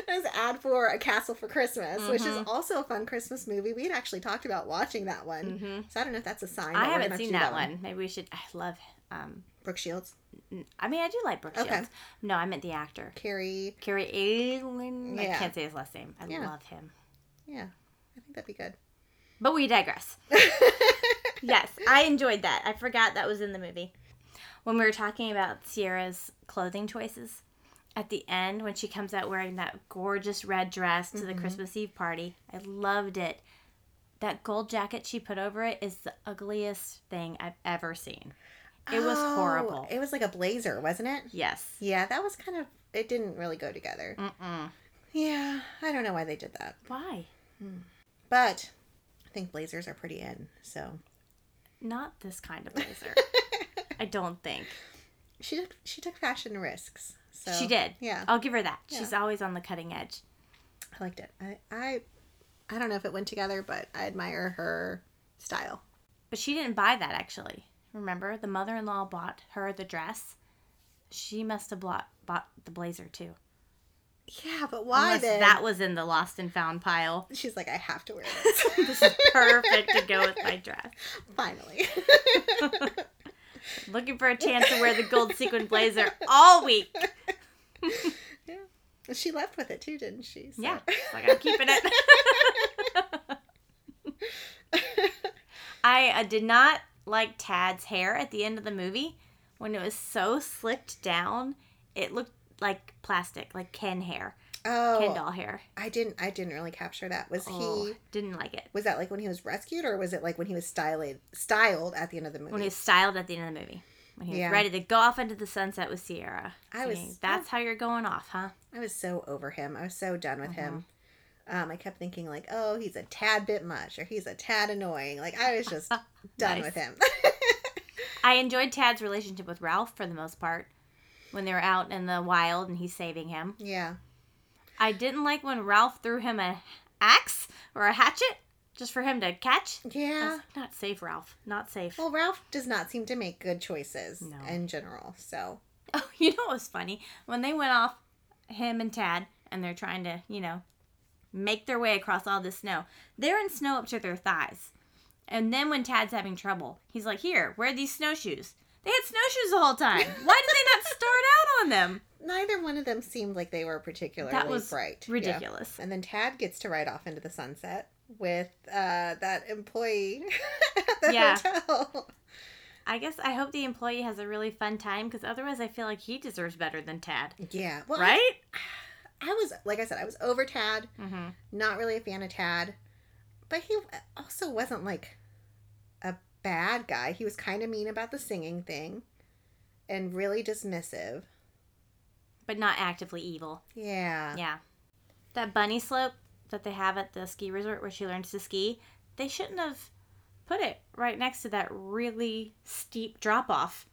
Speaker 2: was an ad for A Castle for Christmas, which is
Speaker 3: Mhm.
Speaker 2: also a fun Christmas movie. We had actually talked about watching that one.
Speaker 3: Mhm.
Speaker 2: So I don't know if that's a sign. that
Speaker 3: I
Speaker 2: we're gonna
Speaker 3: haven't
Speaker 2: have to
Speaker 3: seen
Speaker 2: do
Speaker 3: that one. Maybe we should. I love. Um,
Speaker 2: Brooke Shields,
Speaker 3: I mean, I do like Brooke
Speaker 2: Okay.
Speaker 3: Shields. No, I meant the actor,
Speaker 2: Carrie.
Speaker 3: Carrie Allen. I
Speaker 2: Yeah.
Speaker 3: can't say his last name. I
Speaker 2: Yeah.
Speaker 3: love him.
Speaker 2: Yeah, I think that'd be good.
Speaker 3: But we
Speaker 2: [LAUGHS]
Speaker 3: digress. yes, I enjoyed that. I forgot that was in the movie. When we were talking about Sierra's clothing choices, at the end when she comes out wearing that gorgeous red dress to the
Speaker 2: Mm-hmm.
Speaker 3: Christmas Eve party, I loved it. That gold jacket she put over it is the ugliest thing I've ever seen. It was
Speaker 2: Oh,
Speaker 3: horrible.
Speaker 2: It was like a blazer, wasn't it?
Speaker 3: Yes.
Speaker 2: Yeah, that was kind of. It didn't really go together.
Speaker 3: Mm-mm.
Speaker 2: Yeah, I don't know why they did that,
Speaker 3: Why?
Speaker 2: but I think blazers are pretty in. So
Speaker 3: Not this kind of
Speaker 2: [LAUGHS]
Speaker 3: blazer. I don't think.
Speaker 2: she took she took fashion risks. So
Speaker 3: She did.
Speaker 2: Yeah,
Speaker 3: I'll give her that.
Speaker 2: Yeah.
Speaker 3: She's always on the cutting edge.
Speaker 2: I liked it. I I, I don't know if it went together, but I admire her style.
Speaker 3: But she didn't buy that actually. Remember, the mother-in-law bought her the dress. She must have bought, bought the blazer too.
Speaker 2: Yeah, but why
Speaker 3: Unless
Speaker 2: then?
Speaker 3: that was in the lost and found pile. [LAUGHS]
Speaker 2: She's like, I have to wear this.
Speaker 3: This is perfect to go with my dress.
Speaker 2: Finally. [LAUGHS]
Speaker 3: Looking for a chance to wear the gold sequin blazer all week.
Speaker 2: she left with it too, didn't she? So-
Speaker 3: Yeah, it's like I'm keeping it. [LAUGHS] I uh, did not like Tad's hair at the end of the movie when it was so slicked down. It looked like plastic, like Ken hair,
Speaker 2: Oh,
Speaker 3: Ken doll hair.
Speaker 2: I didn't. I didn't really capture that. Was
Speaker 3: Oh,
Speaker 2: he?
Speaker 3: didn't like it.
Speaker 2: Was that like when he was rescued, or was it like when he was styled styled at the end of the movie?
Speaker 3: when he was styled at the end of the movie. When he was
Speaker 2: Yeah.
Speaker 3: ready to go off into the sunset with Sierra.
Speaker 2: I was-
Speaker 3: Singing, That's how you're going off, huh?
Speaker 2: I was so over him. I was so done with him.
Speaker 3: Uh-huh.
Speaker 2: Um, I kept thinking like, oh, he's a tad bit much, or he's a tad annoying. Like I was
Speaker 3: [LAUGHS]
Speaker 2: just done
Speaker 3: Nice.
Speaker 2: with him. [LAUGHS]
Speaker 3: I enjoyed Tad's relationship with Ralph for the most part when they were out in the wild and he's saving him.
Speaker 2: yeah.
Speaker 3: I didn't like when Ralph threw him an axe or a hatchet just for him to catch. I was
Speaker 2: Yeah.
Speaker 3: like, not safe, Ralph. Not safe.
Speaker 2: Well, Ralph does not seem to make good choices
Speaker 3: No.
Speaker 2: in general. So
Speaker 3: [LAUGHS] Oh, you know what was funny? When they went off, him and Tad, and they're trying to, you know, make their way across all this snow. They're in snow up to their thighs. And then when Tad's having trouble, he's like, Here, wear these snowshoes. They had snowshoes the whole
Speaker 2: [LAUGHS]
Speaker 3: time. Why did they not start out on them?
Speaker 2: Neither one of them seemed like they were particularly
Speaker 3: That was
Speaker 2: bright. [LAUGHS] Yeah.
Speaker 3: Ridiculous.
Speaker 2: And then Tad gets to ride off into the sunset with uh, that employee [LAUGHS] at the
Speaker 3: Yeah.
Speaker 2: hotel. [LAUGHS]
Speaker 3: I guess I hope the employee has a really fun time because otherwise I feel like he deserves better than Tad.
Speaker 2: Yeah. Well,
Speaker 3: right?
Speaker 2: I was, like I said, I was over Tad.
Speaker 3: Mm-hmm.
Speaker 2: Not really a fan of Tad. But he also wasn't like a bad guy. He was kind of mean about the singing thing and really dismissive.
Speaker 3: But not actively evil.
Speaker 2: Yeah.
Speaker 3: Yeah. That bunny slope that they have at the ski resort where she learns to ski, they shouldn't have put it right next to that really steep drop off.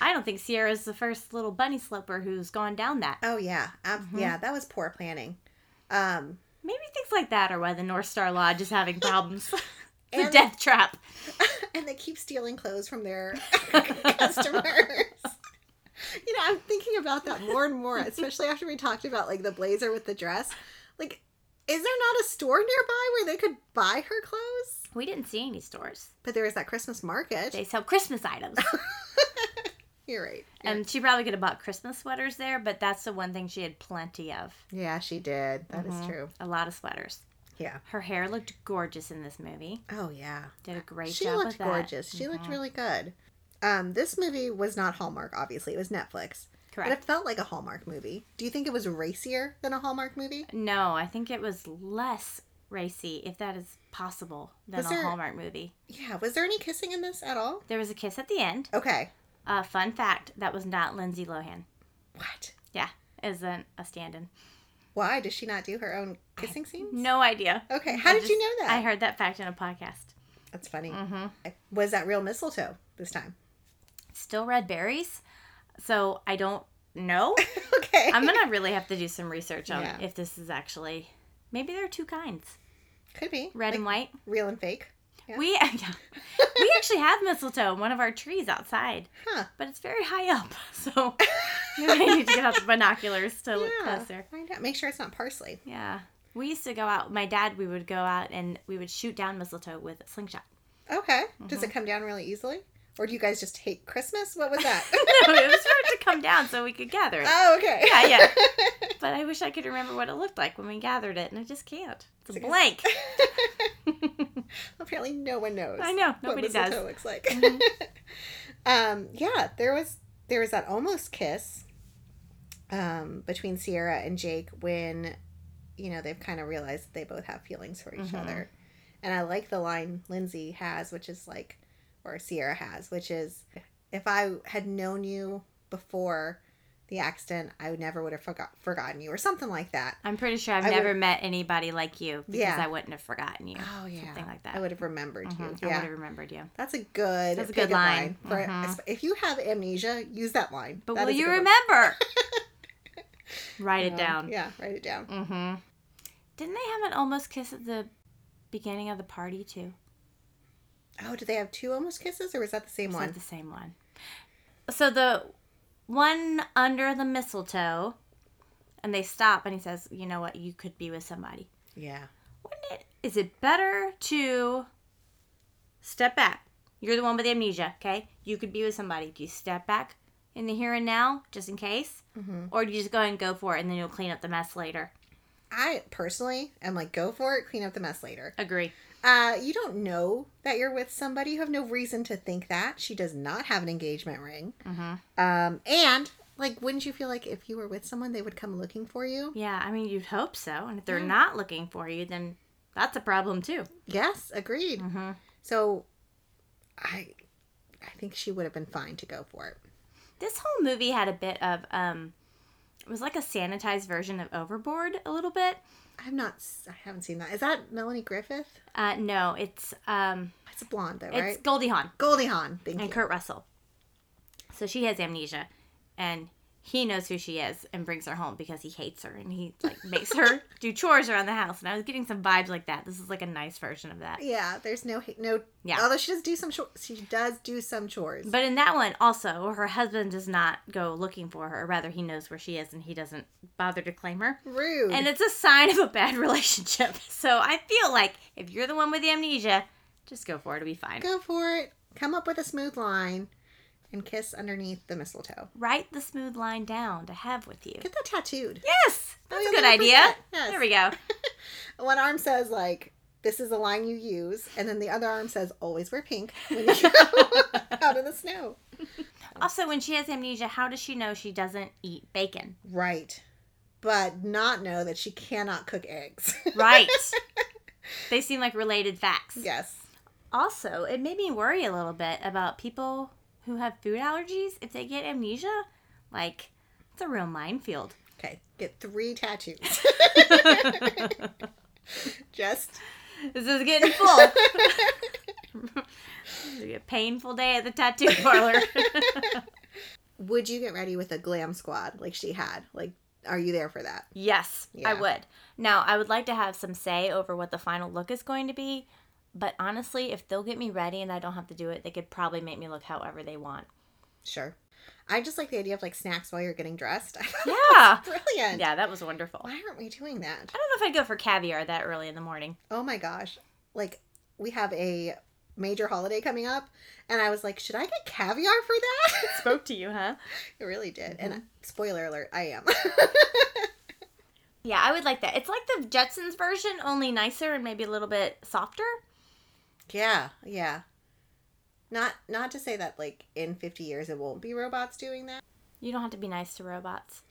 Speaker 3: I don't think Sierra's the first little bunny sloper who's gone down that.
Speaker 2: Oh, yeah. Ab-
Speaker 3: Mhm.
Speaker 2: Yeah, that was poor planning. Um,
Speaker 3: Maybe things like that are why the North Star Lodge is having problems. [LAUGHS] the
Speaker 2: And-
Speaker 3: death trap.
Speaker 2: and they keep stealing clothes from their customers. you know, I'm thinking about that more and more, especially after we talked about like the blazer with the dress. Like, is there not a store nearby where they could buy her clothes?
Speaker 3: We didn't see any stores.
Speaker 2: But there is that Christmas market.
Speaker 3: They sell Christmas
Speaker 2: [LAUGHS]
Speaker 3: items.
Speaker 2: You're right. You're right.
Speaker 3: And she probably could have bought Christmas sweaters there, but that's the one thing she had plenty of.
Speaker 2: yeah, she did. That is
Speaker 3: Mhm.
Speaker 2: true.
Speaker 3: A lot of sweaters.
Speaker 2: Yeah.
Speaker 3: Her hair looked gorgeous in this movie.
Speaker 2: Oh yeah.
Speaker 3: Did a great
Speaker 2: she
Speaker 3: job
Speaker 2: looked
Speaker 3: with that.
Speaker 2: gorgeous. She looked
Speaker 3: Mhm.
Speaker 2: really good. Um, this movie was not Hallmark, obviously. It was Netflix. But
Speaker 3: correct.
Speaker 2: it felt like a Hallmark movie. Do you think it was racier than a Hallmark movie?
Speaker 3: No, I think it was less racy, if that is possible, than
Speaker 2: Was
Speaker 3: a
Speaker 2: there-
Speaker 3: Hallmark movie.
Speaker 2: Yeah. Was there any kissing in this at all?
Speaker 3: There was a kiss at the end.
Speaker 2: Okay.
Speaker 3: Uh, fun fact: that was not Lindsay Lohan.
Speaker 2: What?
Speaker 3: Yeah, isn't a stand-in.
Speaker 2: Why does she not do her own kissing scenes?
Speaker 3: No idea.
Speaker 2: Okay. How
Speaker 3: I
Speaker 2: did
Speaker 3: just-
Speaker 2: you know that?
Speaker 3: I heard that fact in a podcast.
Speaker 2: That's funny.
Speaker 3: Mm-hmm.
Speaker 2: Was that real mistletoe this time? [LAUGHS]
Speaker 3: Still red berries, so I don't know.
Speaker 2: okay.
Speaker 3: I'm
Speaker 2: [LAUGHS]
Speaker 3: gonna really have to do some research on
Speaker 2: Yeah.
Speaker 3: if this is actually. Maybe there are two kinds,
Speaker 2: Could be
Speaker 3: red and white.
Speaker 2: Like, real and fake. yeah.
Speaker 3: We [LAUGHS] yeah. we actually have mistletoe, in one of our trees outside,
Speaker 2: Huh.
Speaker 3: but it's very high up, [LAUGHS] so maybe I need to get out the binoculars to look
Speaker 2: yeah.
Speaker 3: closer.
Speaker 2: Find out. Make sure it's not parsley.
Speaker 3: Yeah, we used to go out. My dad, we would go out and we would shoot down mistletoe with a slingshot.
Speaker 2: Okay. Does
Speaker 3: Mm-hmm.
Speaker 2: it come down really easily, or do you guys just hate Christmas? What was that?
Speaker 3: [LAUGHS]
Speaker 2: [LAUGHS]
Speaker 3: no, it was for it to come down so we could gather it.
Speaker 2: oh, okay.
Speaker 3: Yeah, yeah.
Speaker 2: [LAUGHS]
Speaker 3: But I wish I could remember what it looked like when we gathered it, and I just can't. It's a
Speaker 2: It's okay. [LAUGHS]
Speaker 3: blank.
Speaker 2: Apparently, no one knows.
Speaker 3: I know,
Speaker 2: what
Speaker 3: nobody
Speaker 2: mistletoe
Speaker 3: does. Mm-hmm.
Speaker 2: looks like. [LAUGHS] um, yeah, there was there was that almost kiss um, between Sierra and Jake when you know they've kind of realized that they both have feelings for each
Speaker 3: Mhm.
Speaker 2: other, and I like the line Lindsay has, which is like, or Sierra has, which is, if I had known you before the accident, I would never would have forgot forgotten you, or something like that.
Speaker 3: I'm pretty sure I've
Speaker 2: I would-
Speaker 3: never met anybody like you because
Speaker 2: Yeah.
Speaker 3: I wouldn't have forgotten you.
Speaker 2: Oh yeah,
Speaker 3: Something like that.
Speaker 2: I would have remembered
Speaker 3: Mhm, I
Speaker 2: you.
Speaker 3: would
Speaker 2: Yeah.
Speaker 3: have remembered you.
Speaker 2: That's a good.
Speaker 3: That's a
Speaker 2: pickup
Speaker 3: good line.
Speaker 2: for-
Speaker 3: Mhm.
Speaker 2: if you have amnesia, use that line.
Speaker 3: But
Speaker 2: That
Speaker 3: will
Speaker 2: is a
Speaker 3: you
Speaker 2: good one.
Speaker 3: remember?
Speaker 2: [LAUGHS]
Speaker 3: Write it
Speaker 2: Yeah.
Speaker 3: down.
Speaker 2: Yeah, write it down.
Speaker 3: Mm-hmm. Didn't they have an almost kiss at the beginning of the party too?
Speaker 2: Oh, do they have two almost kisses, or was that the same
Speaker 3: Is that
Speaker 2: one?
Speaker 3: the same one? So the one under the mistletoe, and they stop, and he says, "You know what? You could be with somebody."
Speaker 2: Yeah.
Speaker 3: Wouldn't it? Is it better to step back? You're the one with amnesia, okay? You could be with somebody. Do you step back in the here and now, just in case,
Speaker 2: hmm
Speaker 3: or do you just go ahead and go for it, and then you'll clean up the mess later?
Speaker 2: I personally am like, go for it. Clean up the mess later.
Speaker 3: Agree.
Speaker 2: Uh, you don't know that you're with somebody. You have no reason to think that. She does not have an engagement ring.
Speaker 3: Mm-hmm.
Speaker 2: Um, and like, wouldn't you feel like if you were with someone, they would come looking for you?
Speaker 3: Yeah, I mean, you'd hope so. And if they're
Speaker 2: Yeah.
Speaker 3: not looking for you, then that's a problem too.
Speaker 2: Yes, agreed.
Speaker 3: Mm-hmm.
Speaker 2: So, I, I think she would have been fine to go for it.
Speaker 3: This whole movie had a bit of, um, it was like a sanitized version of Overboard a little bit.
Speaker 2: I've not. s- I haven't seen that. Is that Melanie Griffith?
Speaker 3: Uh, no, it's um,
Speaker 2: It's a blonde though,
Speaker 3: it's
Speaker 2: right?
Speaker 3: Goldie Hawn
Speaker 2: Goldie Hawn. Thank
Speaker 3: and
Speaker 2: you.
Speaker 3: Kurt Russell. So she has amnesia, and He knows who she is and brings her home because he hates her and he like makes
Speaker 2: [LAUGHS]
Speaker 3: her do chores around the house. And I was getting some vibes like that. This is like a nice version of that.
Speaker 2: Yeah, there's no hate, no.
Speaker 3: Yeah.
Speaker 2: Although she does do some chores. She does do some chores.
Speaker 3: But in that one, also, her husband does not go looking for her. Rather, he knows where she is and he doesn't bother to claim her.
Speaker 2: Rude.
Speaker 3: And it's a sign of a bad [LAUGHS] relationship. So I feel like if you're the one with the amnesia, just go for it. It'll be fine.
Speaker 2: Go for it. Come up with a smooth line and kiss underneath the mistletoe.
Speaker 3: Write the smooth line down to have with you.
Speaker 2: Get that tattooed.
Speaker 3: Yes, that's
Speaker 2: Oh,
Speaker 3: a good
Speaker 2: 100%.
Speaker 3: idea.
Speaker 2: Yes.
Speaker 3: There we [LAUGHS] go.
Speaker 2: One arm says like this is the line you use, and then the other arm says always wear pink when you
Speaker 3: [LAUGHS]
Speaker 2: go out in the snow.
Speaker 3: Also, when she has amnesia, how does she know she doesn't eat bacon?
Speaker 2: Right. But not know that she cannot cook eggs.
Speaker 3: [LAUGHS] Right. they seem like related facts.
Speaker 2: yes.
Speaker 3: Also, it made me worry a little bit about people who have food allergies if they get amnesia. Like, it's a real minefield.
Speaker 2: Okay. Get three [LAUGHS] tattoos.
Speaker 3: this
Speaker 2: Just
Speaker 3: is getting full. [LAUGHS] It'll be a painful day at the tattoo parlor. [LAUGHS]
Speaker 2: would you get ready with a glam squad like she had? Like, are you there for that?
Speaker 3: Yes, I
Speaker 2: Yeah.
Speaker 3: would. Now, I would like to have some say over what the final look is going to be, but honestly, if they'll get me ready and I don't have to do it, they could probably make me look however they want.
Speaker 2: Sure. I just like the idea of like snacks while you're getting dressed. [LAUGHS] I thought
Speaker 3: Yeah.
Speaker 2: that was brilliant.
Speaker 3: Yeah, that was wonderful. I
Speaker 2: Why aren't we doing
Speaker 3: don't
Speaker 2: that?
Speaker 3: know if I'd go for caviar that early in the morning.
Speaker 2: Oh my gosh. Like, we have a major holiday coming up, and I was like, should I get caviar for that? [LAUGHS]
Speaker 3: Spoke to you, huh?
Speaker 2: it really did. And spoiler alert, I am. [LAUGHS]
Speaker 3: Yeah, I would like that. It's like the Jetsons version, only nicer and maybe a little bit softer.
Speaker 2: yeah. Yeah. Not not to say that like in 50 years it won't be robots doing that.
Speaker 3: You don't have to be nice to robots.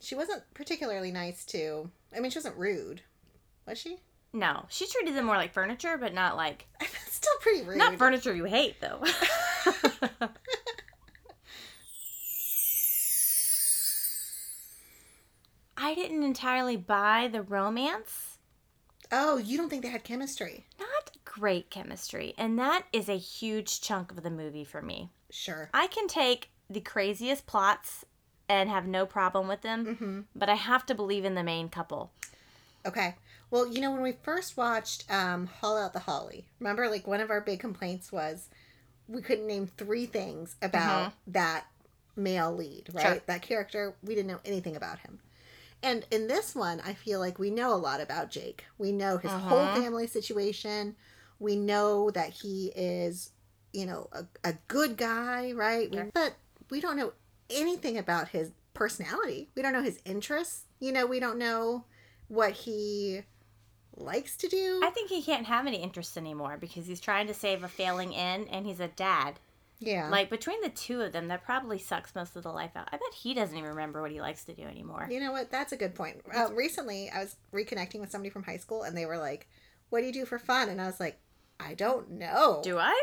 Speaker 2: She wasn't particularly nice to. I mean, she wasn't rude. Was she? [LAUGHS]
Speaker 3: No, she treated them more like furniture, but not like
Speaker 2: Still pretty rude.
Speaker 3: not furniture you hate though. [LAUGHS] I didn't entirely buy the romance.
Speaker 2: oh, you don't think they had chemistry?
Speaker 3: Not great chemistry, and that is a huge chunk of the movie for me.
Speaker 2: Sure.
Speaker 3: I can take the craziest plots and have no problem with them,
Speaker 2: Mm-hmm.
Speaker 3: but I have to believe in the main couple.
Speaker 2: Okay. Well, you know, when we first watched um, Haul Out the Holly, remember, like, one of our big complaints was we couldn't name three things about that male lead, right?
Speaker 3: Mm-hmm. Sure.
Speaker 2: That character, we didn't know anything about him. And in this one, I feel like we know a lot about Jake. We know his whole
Speaker 3: Mhm.
Speaker 2: family situation. We know that he is, you know, a, a good guy, right? We-
Speaker 3: Sure.
Speaker 2: But we don't know anything about his personality. We don't know his interests. You know, we don't know what he likes to do.
Speaker 3: I think he can't have any interests anymore because he's trying to save a failing inn and he's a dad.
Speaker 2: yeah.
Speaker 3: Like between the two of them, that probably sucks most of the life out. I bet he doesn't even remember what he likes to do anymore.
Speaker 2: you know what? That's a good point. Uh, recently, I was reconnecting with somebody from high school and they were like, What do you do for fun? And I was like, I don't know.
Speaker 3: Do
Speaker 2: [LAUGHS]
Speaker 3: I?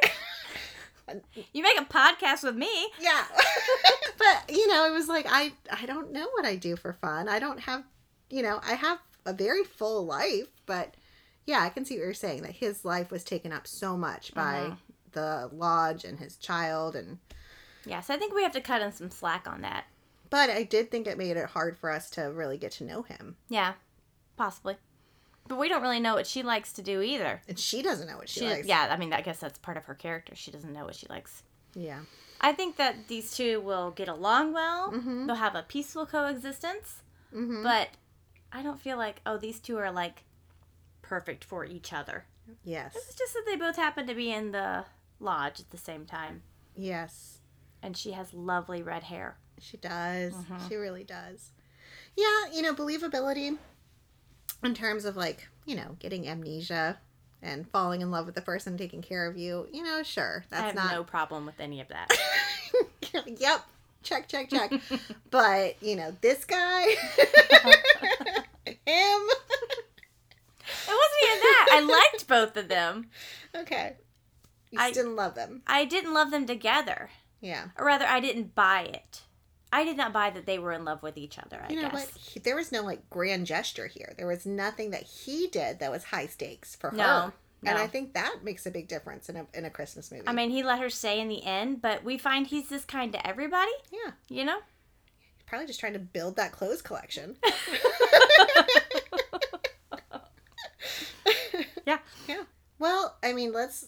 Speaker 3: you make a podcast with me.
Speaker 2: Yeah. [LAUGHS] but you know, it was like I I don't know what I do for fun. I don't have, you know, I have a very full life, but yeah, I can see what you're saying that his life was taken up so much by
Speaker 3: Mhm.
Speaker 2: the lodge and his child and
Speaker 3: Yeah, so I think we have to cut him some slack on that.
Speaker 2: but I did think it made it hard for us to really get to know him.
Speaker 3: Yeah, possibly. But we don't really know what she likes to do either.
Speaker 2: And she doesn't know what she,
Speaker 3: She,
Speaker 2: likes.
Speaker 3: yeah, I mean, I guess that's part of her character. She doesn't know what she likes.
Speaker 2: Yeah.
Speaker 3: I think that these two will get along well.
Speaker 2: Mhm.
Speaker 3: They'll have a peaceful coexistence.
Speaker 2: hmm
Speaker 3: but I don't feel like oh these two are like perfect for each other.
Speaker 2: yes.
Speaker 3: It's just that they both happen to be in the lodge at the same time,
Speaker 2: Yes.
Speaker 3: and she has lovely red hair.
Speaker 2: She does.
Speaker 3: Mhm.
Speaker 2: She really does. Yeah, you know, believability in terms of like, you know, getting amnesia and falling in love with the person taking care of you, you know, sure.
Speaker 3: I
Speaker 2: That's
Speaker 3: have
Speaker 2: not
Speaker 3: no problem with any of that.
Speaker 2: [LAUGHS] Yep. Check,
Speaker 3: [LAUGHS]
Speaker 2: check, check. but, you know, this guy him. [LAUGHS]
Speaker 3: it wasn't even that. I liked both of them.
Speaker 2: Okay. You
Speaker 3: I-
Speaker 2: just didn't love them.
Speaker 3: I didn't love them together,
Speaker 2: Yeah.
Speaker 3: or rather, I didn't buy it. I did not buy that they were in love with each other. I
Speaker 2: You know
Speaker 3: guess.
Speaker 2: what? He, there was no like grand gesture here. There was nothing that he did that was high stakes for her.
Speaker 3: No,
Speaker 2: And
Speaker 3: no.
Speaker 2: I think that makes a big difference in a, in a Christmas movie.
Speaker 3: I mean, he let her stay in the end, but we find he's this kind to everybody.
Speaker 2: yeah.
Speaker 3: You know,
Speaker 2: probably just trying to build that clothes collection.
Speaker 3: [LAUGHS] Yeah.
Speaker 2: Yeah. Well, I mean, let's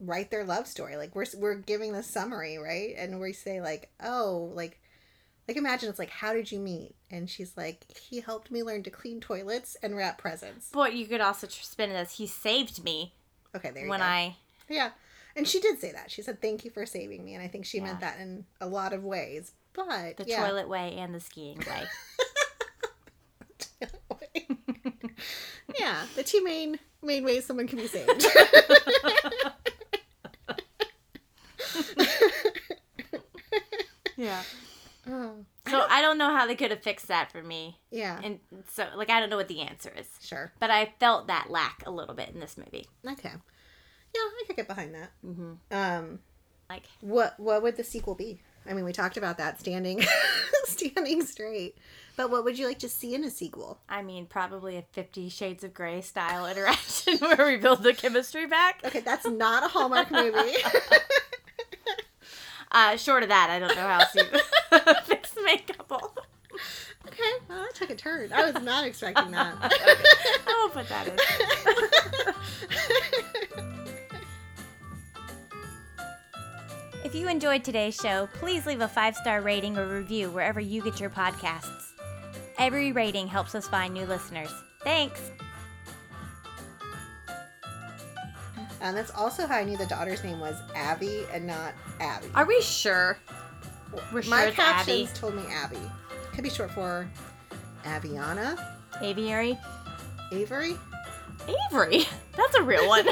Speaker 2: write their love story. Like we're we're giving the summary, right? And we say like, "Oh, like like imagine it's like, how did you meet?" And she's like, "He helped me learn to clean toilets and wrap presents."
Speaker 3: Boy, you could also tr- spin it as he saved me
Speaker 2: Okay, there you
Speaker 3: when
Speaker 2: go.
Speaker 3: I.
Speaker 2: Yeah. And she did say that. She said, "Thank you for saving me." And I think she meant
Speaker 3: Yeah.
Speaker 2: that in a lot of ways. But
Speaker 3: The
Speaker 2: yeah.
Speaker 3: toilet way and the skiing way.
Speaker 2: [LAUGHS] yeah, the two main main ways someone can be
Speaker 3: [LAUGHS]
Speaker 2: saved. [LAUGHS]
Speaker 3: yeah.
Speaker 2: oh,
Speaker 3: So I don't know how they could have fixed that for me.
Speaker 2: yeah.
Speaker 3: And so, like, I don't know what the answer is.
Speaker 2: Sure.
Speaker 3: But I felt that lack a little bit in this movie.
Speaker 2: Okay. Yeah, I could get behind that.
Speaker 3: Mm-hmm.
Speaker 2: Um
Speaker 3: Like,
Speaker 2: what what would the sequel be? I mean, we talked about that standing [LAUGHS] standing straight. But what would you like to see in a sequel?
Speaker 3: I mean, probably a Fifty Shades of Grey style [LAUGHS] interaction where we build the chemistry back.
Speaker 2: Okay, that's not a
Speaker 3: [LAUGHS]
Speaker 2: Hallmark movie.
Speaker 3: Uh, short of that, I don't know how else you [LAUGHS] fix my couple.
Speaker 2: okay, well, that took a turn. I was not expecting that.
Speaker 3: [LAUGHS] [LAUGHS] I will put that in.
Speaker 2: [LAUGHS]
Speaker 3: If you enjoyed today's show, please leave a five star rating or review wherever you get your podcasts. Every rating helps us find new listeners. Thanks!
Speaker 2: Um, that's also how I knew the daughter's name was Abby and not Abby.
Speaker 3: Are we sure? We're sure
Speaker 2: My
Speaker 3: it's
Speaker 2: captions
Speaker 3: Abby.
Speaker 2: told me Abby. Could be short for Aviana,
Speaker 3: Aviary?
Speaker 2: Avery.
Speaker 3: Avery? [LAUGHS] That's a real one.